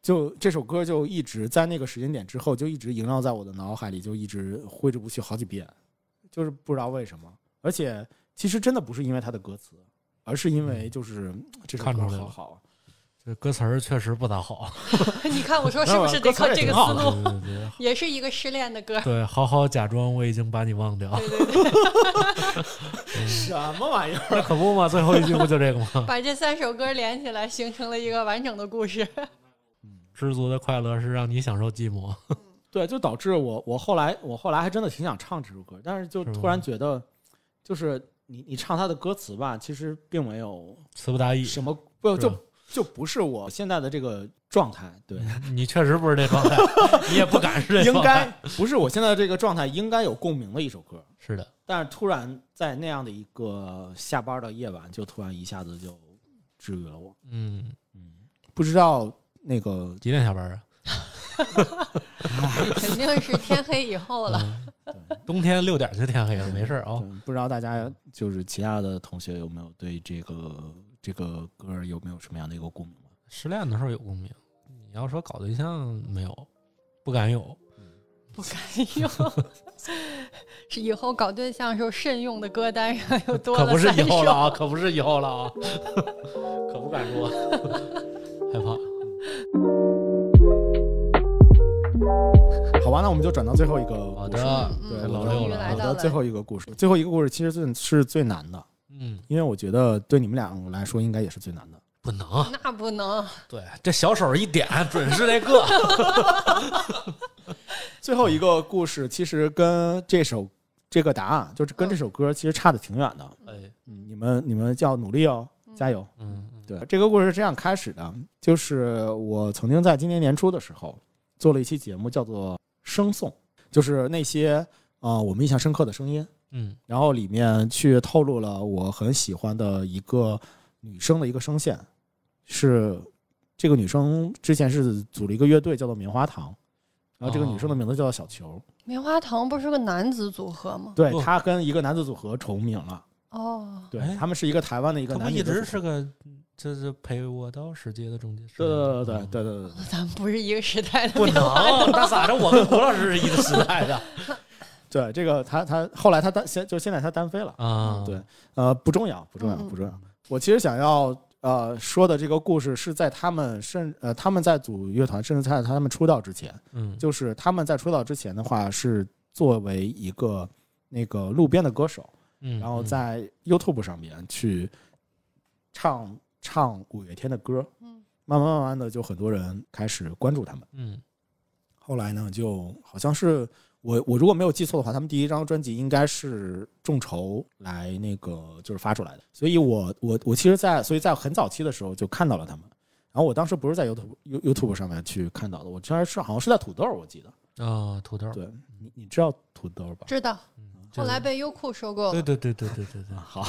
Speaker 1: 就这首歌就一直在那个时间点之后，就一直萦绕在我的脑海里，就一直挥之不去好几遍，就是不知道为什么。而且其实真的不是因为它的歌词，而是因为就是这首
Speaker 3: 看出
Speaker 1: 歌
Speaker 3: 来
Speaker 1: 好
Speaker 3: 了
Speaker 1: 好。啊
Speaker 3: 这歌词儿确实不咋好，
Speaker 4: 你看我说是不是
Speaker 1: 那
Speaker 4: 得
Speaker 1: 歌词
Speaker 4: 靠
Speaker 1: 儿也
Speaker 4: 这个
Speaker 1: 挺好的
Speaker 4: 思路？
Speaker 3: 对对对，
Speaker 4: 也是一个失恋的歌。
Speaker 3: 对，好好假装我已经把你忘掉，
Speaker 4: 对对对，
Speaker 1: 什么玩意儿？
Speaker 3: 那可 不嘛，最后一句不就这个吗？
Speaker 4: 把这三首歌连起来，形成了一个完整的故事。
Speaker 3: 知足的快乐是让你享受寂寞，
Speaker 1: 对，就导致我我后来我后来还真的挺想唱这首歌，但是就是
Speaker 3: 吗
Speaker 1: 突然觉得，就是你你唱它的歌词吧，其实并没有
Speaker 3: 词不 达意。
Speaker 1: 什么不
Speaker 3: 是
Speaker 1: 就
Speaker 3: 吧
Speaker 1: 就不是我现在的这个状态，对。
Speaker 3: 你确实不是这状 态，你也不敢是这
Speaker 1: 应
Speaker 3: 状态
Speaker 1: 该。不是我现在这个状态应该有共鸣的一首歌，
Speaker 3: 是的，
Speaker 1: 但是突然在那样的一个下班的夜晚，就突然一下子就治愈了我。
Speaker 3: 嗯，
Speaker 1: 不知道那个
Speaker 3: 几点下班啊？
Speaker 4: 肯定是天黑以后了。
Speaker 3: 冬天六点就天黑了，没事儿啊。
Speaker 1: 嗯不知道大家就是其他的同学有没有对这个这个歌有没有什么样的一个共鸣吗？
Speaker 3: 失恋的时候有共鸣，你要说搞对象没有，不敢有。
Speaker 4: 不敢用， 是以后搞对象时候慎用的歌单上又多
Speaker 3: 可不是
Speaker 4: 三
Speaker 3: 以后了
Speaker 4: 首。
Speaker 3: 啊，可不是以后了啊， 可不敢 说，害怕。
Speaker 1: 好吧，那我们就转到最后一个
Speaker 3: 好
Speaker 1: 故事。
Speaker 3: 的，
Speaker 1: 对，我
Speaker 4: 嗯
Speaker 3: 老
Speaker 1: 们
Speaker 3: 六
Speaker 4: 终于来
Speaker 1: 我
Speaker 3: 了，
Speaker 4: 到
Speaker 1: 的最后一个故事，最后一个故事其实最是最难的，
Speaker 3: 嗯，
Speaker 1: 因为我觉得对你们俩来说应该也是最难的。
Speaker 3: 不能，啊
Speaker 4: 那不能，
Speaker 3: 对，这小手一点，准是这 个。哎
Speaker 1: 最后一个故事其实跟这首这个答案，就是跟这首歌其实差的挺远的。
Speaker 3: 哎，
Speaker 1: 嗯，你们你们要努力哦，加油！
Speaker 3: 嗯，嗯
Speaker 1: 对，这个故事是这样开始的，就是我曾经在今年年初的时候做了一期节目，叫做《声颂》，就是那些啊、呃我们印象深刻的声音，
Speaker 3: 嗯
Speaker 1: 然后里面去透露了我很喜欢的一个女生的一个声线，是这个女生之前是组了一个乐队叫做棉花糖，然后这个女生的名字叫做小球，
Speaker 4: 棉嗯花糖不是个男子组合吗？
Speaker 1: 对
Speaker 3: 哦
Speaker 1: 她跟一个男子组合重名了，
Speaker 4: 哦，
Speaker 1: 对
Speaker 3: 哎
Speaker 1: 他们是一个台湾的一个
Speaker 3: 他不
Speaker 1: 男女
Speaker 3: 一
Speaker 1: 的组
Speaker 3: 直
Speaker 1: 合
Speaker 3: 是个，这是陪我到世界的终结。
Speaker 1: 对对对对对对对对。
Speaker 4: 咱们不是一个时代的
Speaker 3: 不
Speaker 4: 棉
Speaker 3: 能
Speaker 4: 花糖。，
Speaker 3: 那咋着？我跟郭老师是一个时 代的
Speaker 1: 对，这个他他后来他单现就现在他单飞了，
Speaker 3: 啊
Speaker 1: 对呃，不重要，不重要，
Speaker 4: 嗯嗯
Speaker 1: 不重要。我其实想要呃说的这个故事是在他们甚呃他们在组乐团，甚至在他们出道之前，
Speaker 3: 嗯，
Speaker 1: 就是他们在出道之前的话是作为一个那个路边的歌手，
Speaker 3: 嗯
Speaker 1: 然后在 YouTube 上面去唱唱五月天的歌，
Speaker 4: 嗯
Speaker 1: 慢慢慢慢的就很多人开始关注他们。
Speaker 3: 嗯
Speaker 1: 后来呢，就好像是我我如果没有记错的话，他们第一张专辑应该是众筹来那个就是发出来的，所以我我我其实在，所以在很早期的时候就看到了他们。然后我当时不是在 YouTube You- YouTube 上面去看到的，我当时是好像是在土豆，我记得。
Speaker 3: 嗯啊，土豆
Speaker 1: 对你你知道土豆吧？
Speaker 4: 知道，
Speaker 3: 嗯
Speaker 4: 后来
Speaker 3: 这
Speaker 4: 被优酷收购
Speaker 3: 对
Speaker 4: 了。
Speaker 3: 对对对对对对
Speaker 1: 啊，，好，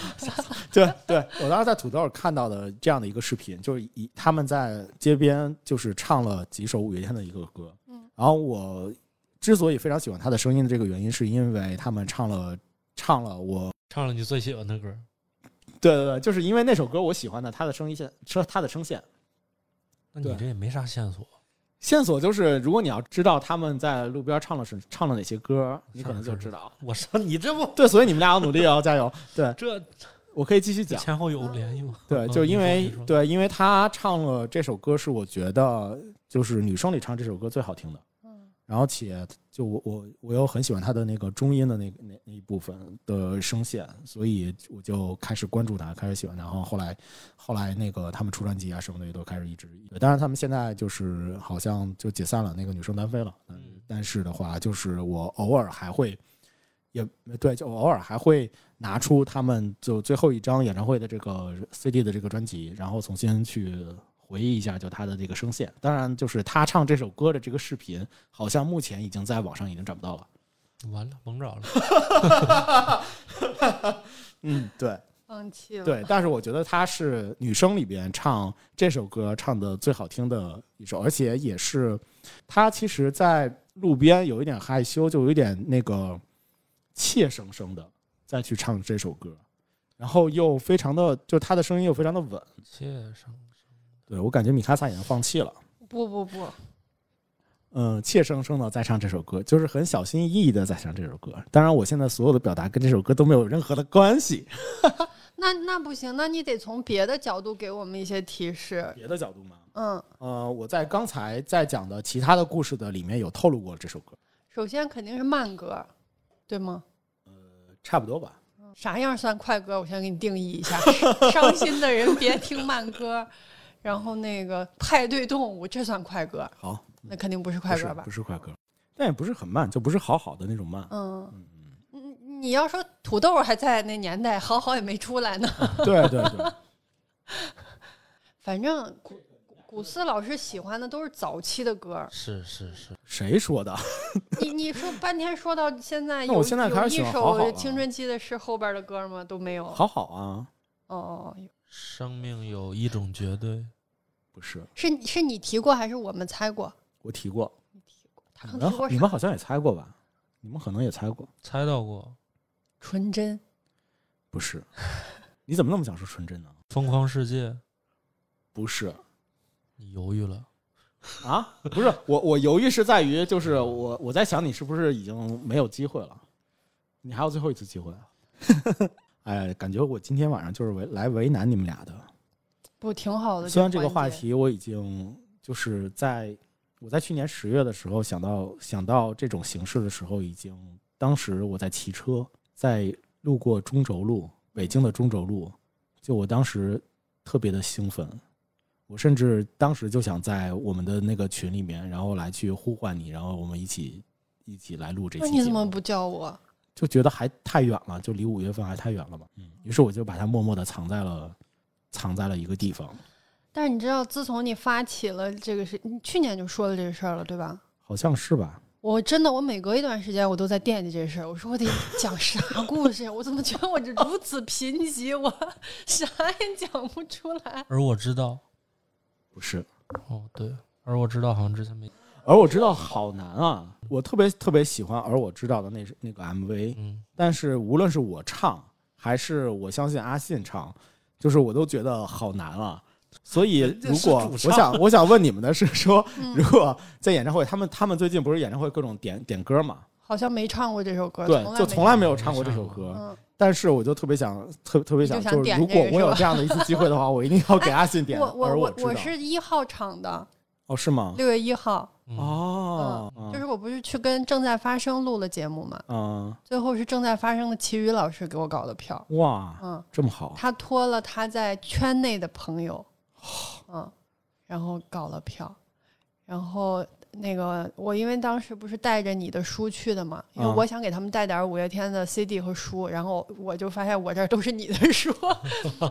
Speaker 1: 对对，我当时在土豆看到的这样的一个视频，就是以他们在街边就是唱了几首五月天的一个歌，
Speaker 4: 嗯
Speaker 1: 然后我之所以非常喜欢他的声音的这个原因，是因为他们唱了唱了我，
Speaker 3: 唱了你最喜欢的歌，
Speaker 1: 对对对，就是因为那首歌我喜欢的他的声音线，说他的声线。
Speaker 3: 那你
Speaker 1: 对
Speaker 3: 这也没啥线索，
Speaker 1: 线索就是，如果你要知道他们在路边唱了是唱了哪些歌，你可能
Speaker 3: 是
Speaker 1: 就是知道。
Speaker 3: 我说 你这不
Speaker 1: 对，所以你们俩要努力哦，加油！对
Speaker 3: 这
Speaker 1: 我可以继续讲。
Speaker 3: 前后有联系吗？
Speaker 1: 对，
Speaker 3: 嗯
Speaker 1: 就
Speaker 3: 你
Speaker 1: 因
Speaker 3: 说
Speaker 1: 为
Speaker 3: 你说
Speaker 1: 对，因为他唱了这首歌是我觉得就是女生里唱这首歌最好听的，
Speaker 4: 嗯
Speaker 1: 然后且就我我我又很喜欢他的那个中音的那个那那一部分的声线，所以我就开始关注他，开始喜欢他，然后后来后来那个他们出专辑啊什么的也都开始一直，对当然他们现在就是好像就解散了，那个女生单飞了，嗯
Speaker 3: 嗯
Speaker 1: 但是的话就是我偶尔还会。也对，就偶尔还会拿出他们就最后一张演唱会的这个 CD 的这个专辑，然后重新去回忆一下，就他的这个声线。当然，就是他唱这首歌的这个视频，好像目前已经在网上已经找不到了。
Speaker 3: 完了蒙 着了，
Speaker 1: 嗯，对
Speaker 4: 放弃了。，
Speaker 1: 对，但是我觉得她是女生里边唱这首歌唱的最好听的一首，而且也是她其实，在路边有一点害羞，就有一点那个怯生生的再去唱这首歌，然后又非常的，就她的声音又非常的稳。
Speaker 3: 切上
Speaker 1: 对我感觉米卡萨已经放弃了。
Speaker 4: 不不不，
Speaker 1: 嗯，怯生生的在唱这首歌，就是很小心翼翼的在唱这首歌。当然，我现在所有的表达跟这首歌都没有任何的关系。
Speaker 4: 那那不行，那你得从别的角度给我们一些提示。
Speaker 1: 别的角度吗？
Speaker 4: 嗯，
Speaker 1: 呃，我在刚才在讲的其他的故事的里面有透露过这首歌，
Speaker 4: 首先肯定是慢歌，对吗？
Speaker 1: 差不多吧。
Speaker 4: 啥样算快歌？我先给你定义一下：伤心的人别听慢歌，然后那个派对动物这算快歌，
Speaker 1: 好，
Speaker 4: 那肯定不是
Speaker 1: 不
Speaker 4: 快
Speaker 1: 是
Speaker 4: 歌吧
Speaker 1: 不？是快歌，但也不是很慢，就不是好好的那种 慢。
Speaker 4: 嗯，你你要说土豆还在那年代，好好也没出来呢。
Speaker 1: 对对对，
Speaker 4: 反正古古斯老师喜欢的都是早期的歌儿，
Speaker 3: 是是是，
Speaker 1: 谁说的？
Speaker 4: 你你说半天说到现在有，
Speaker 1: 那我现在开始喜
Speaker 4: 有一
Speaker 1: 欢好好
Speaker 4: 首
Speaker 1: 了啊
Speaker 4: 青春期的诗后边的歌吗？都没有。哦
Speaker 1: 好好啊，
Speaker 4: 哦，有
Speaker 3: 生命有一种绝对，
Speaker 1: 不是
Speaker 4: 是你是你提过还是我们猜过？
Speaker 1: 我提过，
Speaker 4: 他
Speaker 1: 你们
Speaker 4: 刚提过
Speaker 1: 你
Speaker 4: 啥？
Speaker 1: 们好像也猜过吧？你们可能也猜过，
Speaker 3: 猜到过
Speaker 4: 纯真。
Speaker 1: 不 是？你怎么那么想说纯真呢？
Speaker 3: 疯狂世界，
Speaker 1: 不是，
Speaker 3: 你犹豫了。
Speaker 1: 啊，不是我，我犹豫是在于，就是我我在想你是不是已经没有机会了，你还有最后一次机会。啊 哎，感觉我今天晚上就是为来为难你们俩的。
Speaker 4: 不挺好的。
Speaker 1: 虽然这个
Speaker 4: 环
Speaker 1: 话
Speaker 4: 节，
Speaker 1: 题我已经就是在我在去年十月的时候想到想到这种形式的时候，已经当时我在骑车，在路过中轴路，北京的中轴路，就我当时特别的兴奋，我甚至当时就想在我们的那个群里面，然后来去呼唤你，然后我们一起一起来录这
Speaker 4: 那
Speaker 1: 期
Speaker 4: 你
Speaker 1: 节
Speaker 4: 怎么
Speaker 1: 目，
Speaker 4: 不叫我？
Speaker 1: 就觉得还太远了，就离五月份还太远了嘛。嗯，于是我就把它默默的藏在了藏在了一个地方，
Speaker 4: 但是你知道，自从你发起了这个事，你去年就说了这个事儿了，对吧？
Speaker 1: 好像是吧？
Speaker 4: 我真的，我每隔一段时间我都在惦记这事儿。我说我得讲啥故事？我怎么觉得我这如此贫瘠，我 啥也讲不出来。
Speaker 3: 而我知道，
Speaker 1: 不是。
Speaker 3: 哦对，而我知道好像之前没，
Speaker 1: 而我知道好难啊，我特别特别喜欢，而我知道的那是那个 MV，
Speaker 3: 嗯，
Speaker 1: 但是无论是我唱还是我相信阿信唱，就是我都觉得好难啊。所以，如果
Speaker 3: 人家
Speaker 1: 我
Speaker 3: 是主唱
Speaker 1: 想我想问你们的是 说，
Speaker 4: 嗯
Speaker 1: 如果在演唱会，他们他们最近不是演唱会各种点点歌嘛？
Speaker 4: 好像没唱过这首歌，
Speaker 1: 对，就从来没有
Speaker 3: 唱
Speaker 1: 唱过这首
Speaker 3: 过
Speaker 1: 歌。
Speaker 4: 嗯，
Speaker 1: 但是我就特别想，特特别想，
Speaker 4: 你就想
Speaker 1: 就是
Speaker 4: 点
Speaker 1: 如
Speaker 4: 这
Speaker 1: 果
Speaker 4: 个
Speaker 1: 我
Speaker 4: 是
Speaker 1: 有
Speaker 4: 吧
Speaker 1: 这样的一次机会的话，我一定要给阿信点。
Speaker 4: 我
Speaker 1: 而
Speaker 4: 我
Speaker 1: 我
Speaker 4: 我
Speaker 1: 知道
Speaker 4: 我是一号场的，
Speaker 1: 哦，是吗？
Speaker 4: 六月一号，
Speaker 3: 嗯，
Speaker 1: 哦，
Speaker 4: 嗯就是我不是去跟正在发生录了节目嘛，
Speaker 1: 嗯，
Speaker 4: 最后是正在发生的齐宇老师给我搞的票，
Speaker 1: 哇，
Speaker 4: 嗯，
Speaker 1: 这么好，
Speaker 4: 他托了他在圈内的朋友，嗯，然后搞了票，然后那个我因为当时不是带着你的书去的嘛，因为
Speaker 1: 嗯
Speaker 4: 我想给他们带点五月天的 CD 和书，然后我就发现我这儿都是你的书，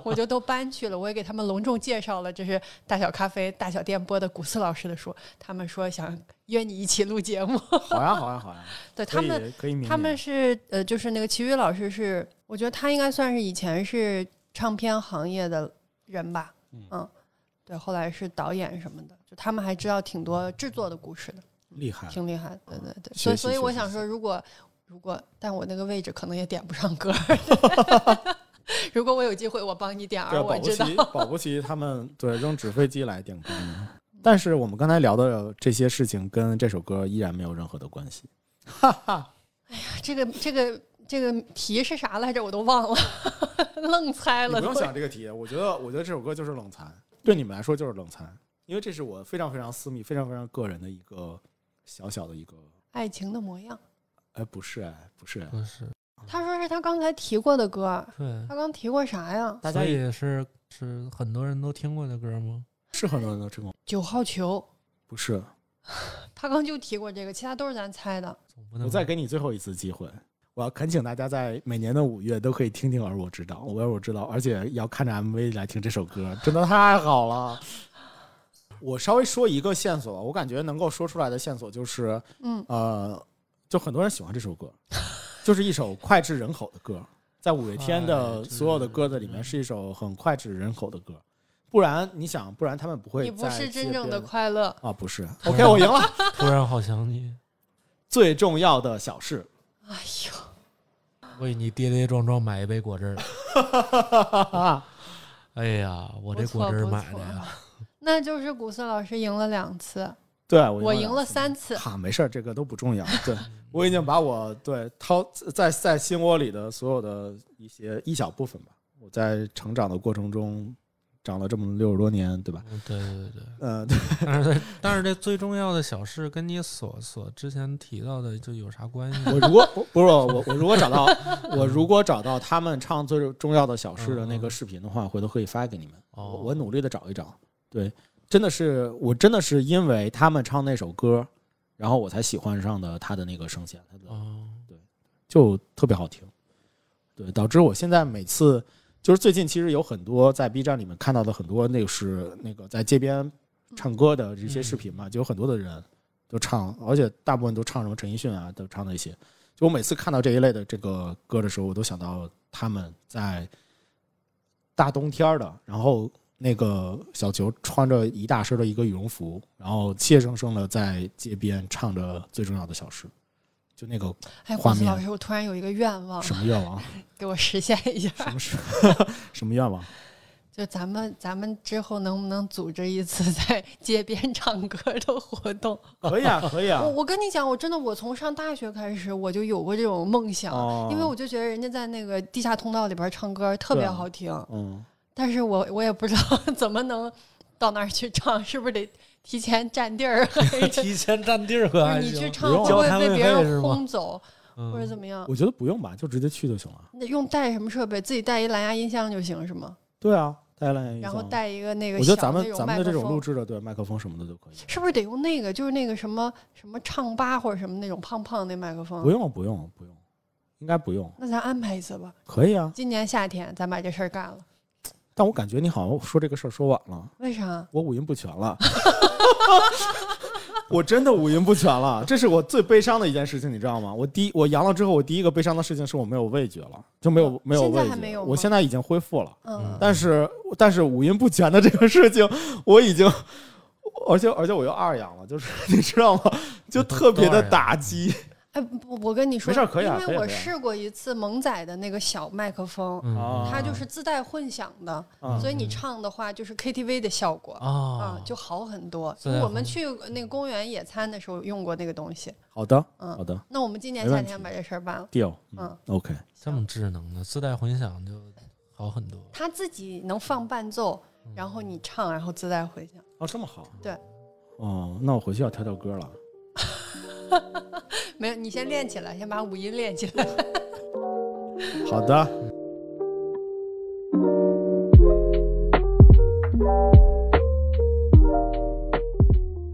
Speaker 4: 我就都搬去了，我也给他们隆重介绍了，这是大小咖啡大小电波的古斯老师的书，他们说想约你一起录节目，
Speaker 1: 好呀，好呀，好呀。
Speaker 4: 对 他们
Speaker 1: 可以可以明年，
Speaker 4: 他们是呃，就是那个齐豫老师是，我觉得他应该算是以前是唱片行业的人吧，嗯对，后来是导演什么的，就他们还知道挺多制作的故事的，
Speaker 1: 厉害，
Speaker 4: 挺厉害的，对对
Speaker 1: 嗯
Speaker 4: 对，
Speaker 1: 学
Speaker 4: 所以
Speaker 1: 习
Speaker 4: 所以
Speaker 1: 学
Speaker 4: 我
Speaker 1: 习
Speaker 4: 想
Speaker 1: 学
Speaker 4: 说，如果如果，但我那个位置可能也点不上歌儿， 如果我有机会，我帮你点
Speaker 1: 对
Speaker 4: 儿，
Speaker 1: 啊，
Speaker 4: 我
Speaker 1: 保不
Speaker 4: 知道，
Speaker 1: 齐，保不齐他们对扔纸飞机来点歌呢。但是我们刚才聊的这些事情跟这首歌依然没有任何的关系。
Speaker 4: 这个这个这个题是啥来着，我都忘了， 愣猜
Speaker 1: 你
Speaker 4: 了
Speaker 1: 不
Speaker 4: 都，
Speaker 1: 用想这个题，我觉得，我觉得这首歌就是冷残，对你们来说就是冷残，因为这是我非常非常私密、非常非常个人的一个小小的一个，
Speaker 4: 爱情的模样，
Speaker 1: 哎，不是，哎，不是，哎
Speaker 4: 嗯
Speaker 3: 不是，
Speaker 4: 他说是他刚才提过的歌。
Speaker 3: 对，
Speaker 4: 他刚提过啥呀？
Speaker 1: 大家
Speaker 3: 所
Speaker 1: 也
Speaker 3: 以是是很多人都听过的歌吗？
Speaker 1: 是很多人都成功，
Speaker 4: 九号球，
Speaker 1: 不是。
Speaker 4: 他刚就提过这个，其他都是咱猜的。
Speaker 3: 总不能
Speaker 1: 我再给你最后一次机会，我要恳请大家在每年的五月都可以听听《而我知道》，我而我知道，而且要看着 MV 来听这首歌，真的太好了。我稍微说一个线索吧，我感觉能够说出来的线索就是，
Speaker 4: 嗯，
Speaker 1: 呃，就很多人喜欢这首歌，就是一首脍炙人口的歌，在五月天的
Speaker 3: 脍炙
Speaker 1: 所有的歌的里面是一首很脍炙人口的歌，不然你想，不然他们不会
Speaker 4: 你不
Speaker 1: 在
Speaker 4: 是
Speaker 1: 街
Speaker 4: 真正的
Speaker 1: 边
Speaker 4: 快乐，
Speaker 1: 啊，不 是。OK，我赢了。
Speaker 3: 突然好想你，
Speaker 1: 最重要的小事，
Speaker 4: 哎呦，
Speaker 3: 为你跌跌撞撞买一杯果汁儿。哎呀，我这
Speaker 4: 不错
Speaker 3: 果汁儿
Speaker 4: 不
Speaker 3: 买的
Speaker 4: 错
Speaker 3: 呀，
Speaker 4: 那就是古瑟老师赢了两次，
Speaker 1: 对
Speaker 4: 我赢
Speaker 1: 两
Speaker 4: 了
Speaker 1: 次
Speaker 4: 三次。
Speaker 1: 哈，没事儿，这个都不 重要。对我已经把我对掏在在心窝里的所有的一些一小部分吧，我在成长的过程中长了这么六十多年，对吧？
Speaker 3: 嗯对对对。
Speaker 1: 呃， 对
Speaker 3: 但是这但是这最重要的小事跟你所所之前提到的就有啥关系呢？
Speaker 1: 我如果不不是我我如果找到我如果找到他们唱最重要的小事的那个视频的话，回头可以发给你们。
Speaker 4: 嗯
Speaker 3: 哦
Speaker 1: 我我努力的找一找。对，真的是我真的是因为他们唱那首歌，然后我才喜欢上的他的那个声线，他的
Speaker 3: 哦，
Speaker 1: 就特别好听。对，导致我现在每次就是最近，其实有很多在 B 站里面看到的很多那个是那个在街边唱歌的这些视频嘛，就有很多的人都唱，而且大部分都唱什么陈奕迅啊，都唱那些。就我每次看到这一类的这个歌的时候，我都想到他们在大冬天儿的，然后那个小球穿着一大身的一个羽绒服，然后怯生生的在街边唱着最重要的小事，就那个
Speaker 4: 哎，
Speaker 1: 画
Speaker 4: 古瑟
Speaker 1: 面
Speaker 4: 老师，我突然有一个愿望，
Speaker 1: 什么愿望？
Speaker 4: 给我实现一下。
Speaker 1: 什么是 什么愿望？
Speaker 4: 就咱们咱们之后能不能组织一次在街边唱歌的活动？
Speaker 1: 可以啊，可以啊
Speaker 4: 我我跟你讲，我真的，我从上大学开始我就有过这种梦想，
Speaker 1: 哦
Speaker 4: 因为我就觉得人家在那个地下通道里边唱歌特
Speaker 1: 对
Speaker 4: 别
Speaker 1: 啊
Speaker 4: 好听，
Speaker 1: 嗯，
Speaker 4: 但是我我也不知道 怎么能到那儿去唱，是不是得提前占地儿？ 还是
Speaker 3: 提前占地儿可
Speaker 4: 不是
Speaker 3: 还
Speaker 4: 你
Speaker 3: 行嗯
Speaker 4: 去唱
Speaker 1: 啊不用
Speaker 4: 会不
Speaker 3: 交摊
Speaker 4: 会
Speaker 3: 位费
Speaker 4: 被别
Speaker 3: 是
Speaker 4: 人
Speaker 3: 吗
Speaker 4: 轰走，或者怎么样？
Speaker 1: 我觉得不用吧，就直接去就行了。
Speaker 4: 那用带什么设备？自己带一蓝牙音箱就行是吗？
Speaker 1: 对啊，带蓝牙音
Speaker 4: 然后
Speaker 1: 箱
Speaker 4: 带一个那个
Speaker 1: 我觉
Speaker 4: 小
Speaker 1: 得咱们
Speaker 4: 那种
Speaker 1: 咱们的
Speaker 4: 麦克
Speaker 1: 这种录
Speaker 4: 风，
Speaker 1: 制的对麦克风什么的都可以。
Speaker 4: 是不是得用那个？就是那个什么什么唱吧或者什么那种胖胖那麦克
Speaker 1: 不
Speaker 4: 风？
Speaker 1: 用不用不用，应该不用，
Speaker 4: 那咱安排一次吧，
Speaker 1: 可以啊。
Speaker 4: 今年夏天咱把这事儿干了。
Speaker 1: 但我感觉你好像说这个事儿说晚了，
Speaker 4: 为啥？啊
Speaker 1: 我五音不全了。 我真的五音不全了，这是我最悲伤的一件事情，你知道吗？我第一我阳了之后，我第一个悲伤的事情是我没有味觉了，就没有没有
Speaker 4: 现在
Speaker 1: 味
Speaker 4: 还没
Speaker 1: 觉。
Speaker 4: 有吗
Speaker 1: 我现在已经恢复了，
Speaker 4: 嗯，
Speaker 1: 但是但是五音不全的这个事情，我已经，而且而且我又二阳了，就是 你知道吗？就特别的打击。
Speaker 4: 哎，不，我跟你说，
Speaker 1: 没事儿可以啊
Speaker 4: 因
Speaker 1: 可以
Speaker 4: 为
Speaker 1: 啊
Speaker 4: 我
Speaker 1: 可以啊
Speaker 4: 试过一次萌仔的那个小麦克风，
Speaker 3: 嗯
Speaker 1: 啊
Speaker 4: 它就是自带混响的，
Speaker 1: 嗯
Speaker 4: 所以你唱的话就是 KTV 的效果。啊
Speaker 3: 啊，，
Speaker 4: 就好很多。
Speaker 3: 自带混
Speaker 4: 我们去那个公园野餐的时候用过那个东西。
Speaker 1: 好的，
Speaker 4: 嗯
Speaker 1: 好的
Speaker 4: 那我们今年
Speaker 1: 没
Speaker 4: 夏
Speaker 1: 问题
Speaker 4: 天把这事儿办了。
Speaker 1: ，deal，
Speaker 4: 嗯，
Speaker 1: ，OK，
Speaker 3: 这么智能的自带混响就好很多。
Speaker 4: 他自己能放伴奏，然后
Speaker 1: 嗯
Speaker 4: 你唱，然后自带回响。
Speaker 1: 哦，这么好，
Speaker 4: 对，
Speaker 1: 哦，那我回去要挑挑歌了。
Speaker 4: 没有，你先练起来，先把五音练起来。嗯
Speaker 1: 好的。 嗯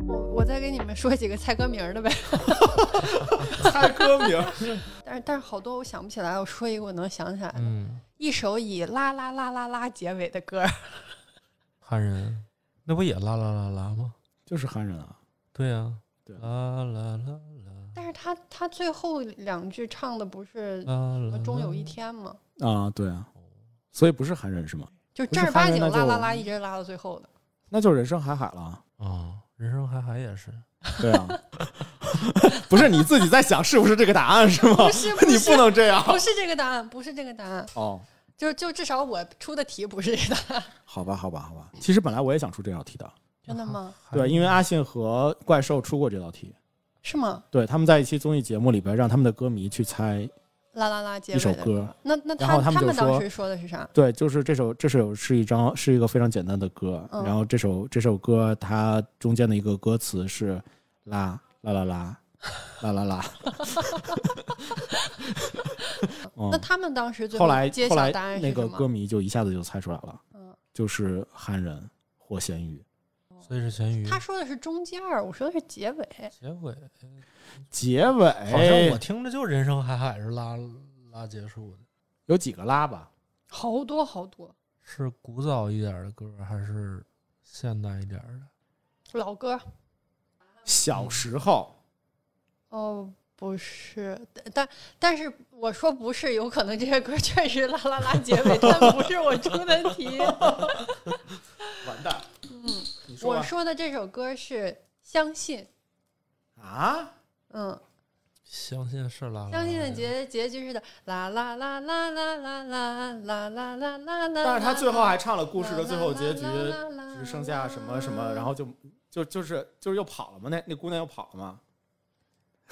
Speaker 4: 我 我再给你们说几个猜歌名儿的呗。
Speaker 1: 猜歌名，
Speaker 4: 但是但是好多我想不起来，我说一个我能想起来的，
Speaker 3: 嗯，
Speaker 4: 一首以啦啦啦啦啦结尾的歌
Speaker 1: 嗯
Speaker 4: 儿。
Speaker 3: 汉人那不也啦啦啦啦吗？
Speaker 1: 就是汉人啊。
Speaker 3: 对呀，
Speaker 1: 对啊
Speaker 3: 啦啦啦
Speaker 4: 但是他他最后两句唱的不是
Speaker 1: 嗯
Speaker 3: 啦啦
Speaker 4: 什么
Speaker 3: 啦，
Speaker 4: 终有一天吗？
Speaker 1: 啊，对啊，所以不是汉人是吗？
Speaker 4: 就
Speaker 1: 不是
Speaker 4: 正儿八
Speaker 1: 汉人
Speaker 4: 经
Speaker 1: 那就
Speaker 4: 啦啦啦一直拉到最后的。
Speaker 1: 那就是人生海海了啊。
Speaker 3: 啊，人生海海也是
Speaker 1: 对 啊，不是你自己在想是不是这个答案是吗？
Speaker 4: 不是不是
Speaker 1: 哦你不能这样
Speaker 4: 不是这个答案，不是这个答案，
Speaker 1: 哦。
Speaker 4: 就就至少我出的题不是这个答案，
Speaker 1: 好吧，好吧，好吧。其实本来我也想出这道题的，
Speaker 4: 真的吗？
Speaker 1: 对，啊因为阿信和怪兽出过这道题，
Speaker 4: 是吗？
Speaker 1: 对，他们在一期综艺节目里边让他们的歌迷去猜，
Speaker 4: 啦啦啦结
Speaker 1: 一
Speaker 4: 尾
Speaker 1: 首
Speaker 4: 的
Speaker 1: 歌
Speaker 4: 歌，那那
Speaker 1: 然后他
Speaker 4: 他
Speaker 1: 们就
Speaker 4: 们当
Speaker 1: 说
Speaker 4: 时说的是啥？
Speaker 1: 对，就是这首这首是一张是一个非常简单的歌，
Speaker 4: 嗯
Speaker 1: 然后这首这首歌它中间的一个歌词是啦啦啦啦啦啦 啦，嗯
Speaker 4: 那他们当时最
Speaker 1: 后来
Speaker 4: 揭
Speaker 1: 后
Speaker 4: 晓
Speaker 1: 来
Speaker 4: 答案是
Speaker 1: 那
Speaker 4: 什
Speaker 1: 个
Speaker 4: 么
Speaker 1: 歌？迷就一下子就猜出来了，
Speaker 4: 嗯
Speaker 1: 就是汉人或咸鱼。
Speaker 3: 所以是咸鱼。
Speaker 4: 他说的是中间儿，我说的是结尾。
Speaker 3: 结尾
Speaker 1: 结尾
Speaker 3: 好像我听着就人生海海是拉拉结束的，
Speaker 1: 有几个拉吧？
Speaker 4: 好多好多
Speaker 3: 是古早一点的歌还是现代一点的？
Speaker 4: 老歌，
Speaker 1: 小时候
Speaker 4: 哦，不是，但但但是我说不是，有可能这些歌确实啦啦啦结尾，但不是我出的 题。
Speaker 1: 完蛋，嗯，你
Speaker 4: 我
Speaker 1: 吧
Speaker 4: 说的这首歌是《相信》，
Speaker 1: 啊？
Speaker 4: 嗯，
Speaker 3: 相信是拉拉
Speaker 4: 《
Speaker 3: 啦。
Speaker 4: 相信》的结结局是的啦啦啦啦啦啦啦啦啦啦啦啦。
Speaker 1: 但是他最后还唱了
Speaker 4: 故
Speaker 1: 故事的最后结局，只剩下什么什么，然后就就就是就是又跑了嘛，那那姑娘又跑了嘛，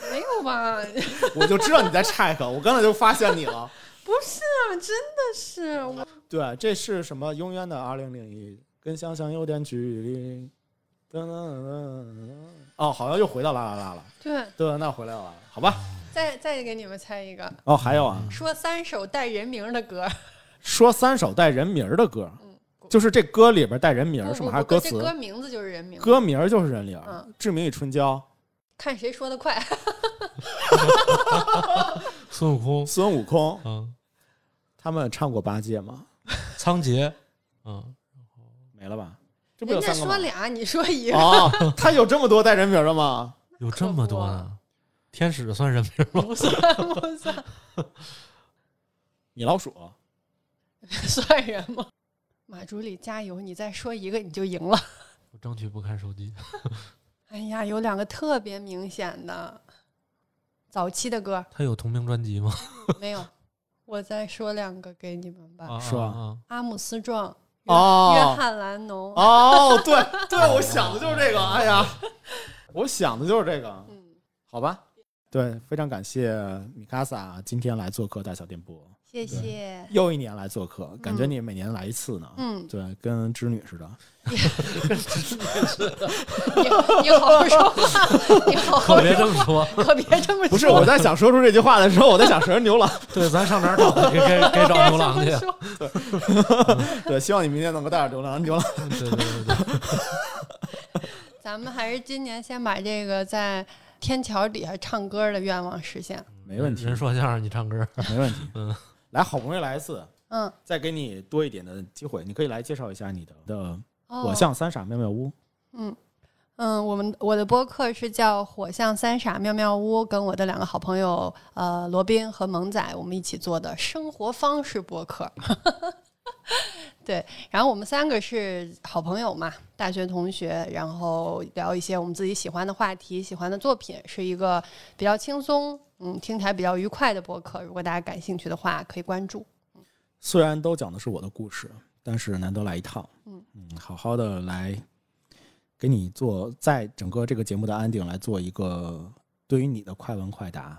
Speaker 4: 没有吧？
Speaker 1: 我就知道你在 check，我刚才就发现你了。
Speaker 4: 不是啊，真的是我
Speaker 1: 对，这是什么？永远的二零零一，跟香香有点距离。噔噔噔噔噔哦，好像又回到啦啦啦了。
Speaker 4: 对。
Speaker 1: 对，那回来了，好吧？
Speaker 4: 再再给你们猜一个，
Speaker 1: 哦，还有啊，
Speaker 4: 说三首带人名的歌，
Speaker 1: 说三首带人名儿的歌，就是这歌里边带人名儿
Speaker 4: 不
Speaker 1: 是
Speaker 4: 不
Speaker 1: 吗？还是
Speaker 4: 不
Speaker 1: 歌
Speaker 4: 这歌
Speaker 1: 词？
Speaker 4: 名字就是人名，
Speaker 1: 歌名儿就是人名儿
Speaker 4: 嗯，
Speaker 1: 《志明与春娇》，
Speaker 4: 看谁说的快。
Speaker 3: 孙悟空，
Speaker 1: 孙悟空，
Speaker 3: 嗯，
Speaker 1: 他们唱过八戒吗？
Speaker 3: 仓颉，嗯，
Speaker 1: 没了吧？这不
Speaker 4: 人
Speaker 1: 有
Speaker 4: 家
Speaker 1: 三个
Speaker 4: 说
Speaker 1: 吗？
Speaker 4: 俩，你说一个，
Speaker 1: 哦，他有这么多带人名儿的吗？
Speaker 3: 有
Speaker 4: 可
Speaker 3: 这么
Speaker 4: 不
Speaker 3: 多
Speaker 4: 啊
Speaker 3: 呢。天使算人名吗？
Speaker 4: 不算不算，
Speaker 1: 米老鼠，
Speaker 4: 算人吗？马助理加油，你再说一个你就赢了。
Speaker 3: 我争取不看手机。
Speaker 4: 哎呀，有两个特别明显的早期的歌
Speaker 3: 他有同名专辑吗？
Speaker 4: 没有，我再说两个给你们吧。
Speaker 3: 啊，
Speaker 1: 是吧
Speaker 3: 啊
Speaker 4: 阿姆斯壮、约
Speaker 1: 哦
Speaker 4: 约翰兰农，
Speaker 1: 哦，对对，我想的就是这个。哎呀，我想的就是这个。
Speaker 4: 嗯，
Speaker 1: 好吧，对，非常感谢米卡萨今天来做客大小电波，
Speaker 4: 谢谢。
Speaker 1: 又一年来做客，感觉你每年来一次呢。
Speaker 4: 嗯，
Speaker 1: 对，跟织女似的。
Speaker 4: 你你好好说话，你好好
Speaker 3: 可别
Speaker 4: 说
Speaker 3: 这么说。
Speaker 4: 话，可别这么说。
Speaker 1: 不是我在想说出这句话的时候，我在想谁是牛郎。
Speaker 3: 对，咱上哪儿找？该该该找牛郎 去
Speaker 4: 别这么。说
Speaker 1: 对，希望你明天能够带着牛郎。牛郎，
Speaker 3: 对对对对，
Speaker 4: 咱们还是今年先把这个在天桥底下唱歌的愿望实现。
Speaker 1: 没问题
Speaker 3: 人，说相声，你唱歌。
Speaker 1: 没问题。来，好不容易来一次，
Speaker 4: 嗯，
Speaker 1: 再给你多一点的机会，你可以来介绍一下你的的《
Speaker 4: 哦
Speaker 1: 我像三傻妙妙屋》
Speaker 4: 嗯，我们我的播客是叫《火象三傻妙妙屋》，跟我的两个好朋友呃罗宾和萌仔，我们一起做的生活方式播客。 对，然后我们三个是好朋友嘛，大学同学，然后聊一些我们自己喜欢的话题、喜欢的作品，是一个比较轻松，嗯，听起来比较愉快的播客。如果大家感兴趣的话，可以关注。
Speaker 1: 虽然都讲的是我的故事，但是难得来一趟，嗯好好的来给你做，在整个这个节目的安定来做一个对于你的快问快答，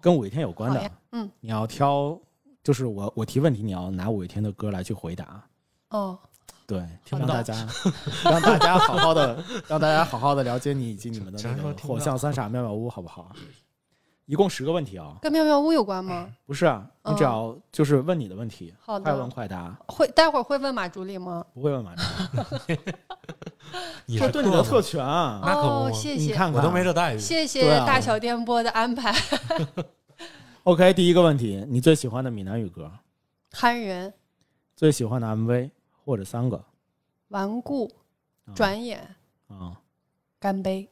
Speaker 1: 跟五月天有关
Speaker 4: 哦好
Speaker 1: 的
Speaker 4: 呀，嗯，
Speaker 1: 你要挑，就是我我提问题，你要拿五月天的歌来去回答，
Speaker 4: 哦，
Speaker 1: 对，
Speaker 3: 听
Speaker 1: 让
Speaker 3: 不
Speaker 1: 大
Speaker 3: 到
Speaker 1: 家 让大家好好的让大家好好的了解你以及你们的
Speaker 3: 只
Speaker 1: 那
Speaker 3: 能说
Speaker 1: 个
Speaker 3: 听不
Speaker 1: 火
Speaker 3: 到
Speaker 1: 象三傻妙妙屋，好不好？一共十个问题啊、
Speaker 4: 跟妙妙屋有关吗？
Speaker 1: 不是啊，你
Speaker 4: 嗯
Speaker 1: 只要就是问你的问题，
Speaker 4: 好的
Speaker 1: 快问快答，
Speaker 4: 会待会儿会问马助理吗？
Speaker 1: 不会问马 上。
Speaker 3: 你
Speaker 1: 这
Speaker 3: 是
Speaker 1: 对你
Speaker 3: 客
Speaker 1: 的
Speaker 3: 户
Speaker 1: 特权啊！
Speaker 3: 那可
Speaker 4: 哦，
Speaker 3: 不
Speaker 4: 谢
Speaker 1: 你
Speaker 4: 谢。
Speaker 1: 看看，啊
Speaker 3: 我都没这待遇，
Speaker 4: 谢谢
Speaker 1: 对啊
Speaker 4: 大小电波的安排，
Speaker 1: OK，第一个问题，你最喜欢的闽南语歌，
Speaker 4: 憨人、
Speaker 1: 最喜欢的 MV 或者三个
Speaker 4: 顽固、
Speaker 1: 啊
Speaker 4: 转眼、
Speaker 1: 啊，
Speaker 4: 干杯、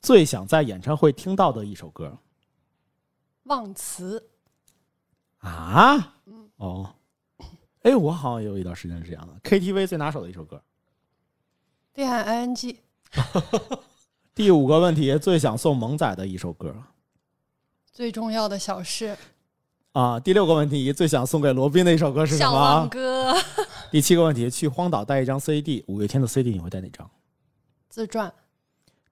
Speaker 1: 最想在演唱会听到的一首歌
Speaker 4: 忘词。
Speaker 1: 啊？
Speaker 3: 嗯
Speaker 1: 哦，哎，我好像也有一段时间是这样的。KTV 最拿手的一首歌。
Speaker 4: 对岸 ing
Speaker 1: 第五个问题，最想送萌仔的一首歌
Speaker 4: 最重要的小事，
Speaker 1: 啊。第六个问题，最想送给罗宾的一首歌是什
Speaker 4: 小王
Speaker 1: 么？
Speaker 4: 哥
Speaker 1: 第七个问题，去荒岛带一张 CD，五月天的 CD 你会带哪张？
Speaker 4: 自传，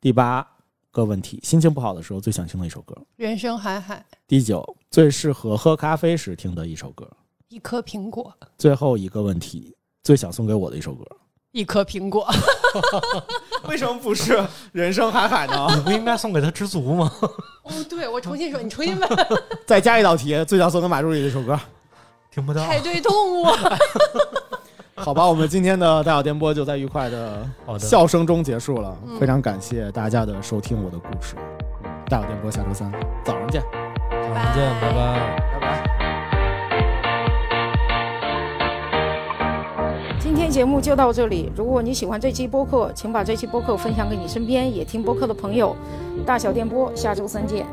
Speaker 1: 第八个问题，心情不好的时候最想听的一首歌。
Speaker 4: 人生海海，
Speaker 1: 第九，最适合喝咖啡时听的一首歌。
Speaker 4: 一颗苹果，
Speaker 1: 最后一个问题，最想送给我的一首歌，
Speaker 4: 一颗苹果，
Speaker 1: 为什么不是《人生海海》呢？
Speaker 3: 你不应该送给他知足吗？
Speaker 4: 哦，对我重新说，你重 新问，
Speaker 1: 再加一道题，最想送给马助理的一首歌。
Speaker 3: 听不到，
Speaker 4: 海对动物，
Speaker 1: 好吧，我们今天的大小电波就在愉快的
Speaker 3: 好的
Speaker 1: 笑声中结束了。非常感谢大家的收听我的故事。嗯大小电波下周三早上见，
Speaker 3: 好再见，拜拜。
Speaker 1: 拜拜。
Speaker 5: 今天节目就到这里。如果你喜欢这期播客，请把这期播客分享给你身边也听播客的朋友。大小电波，下周三见。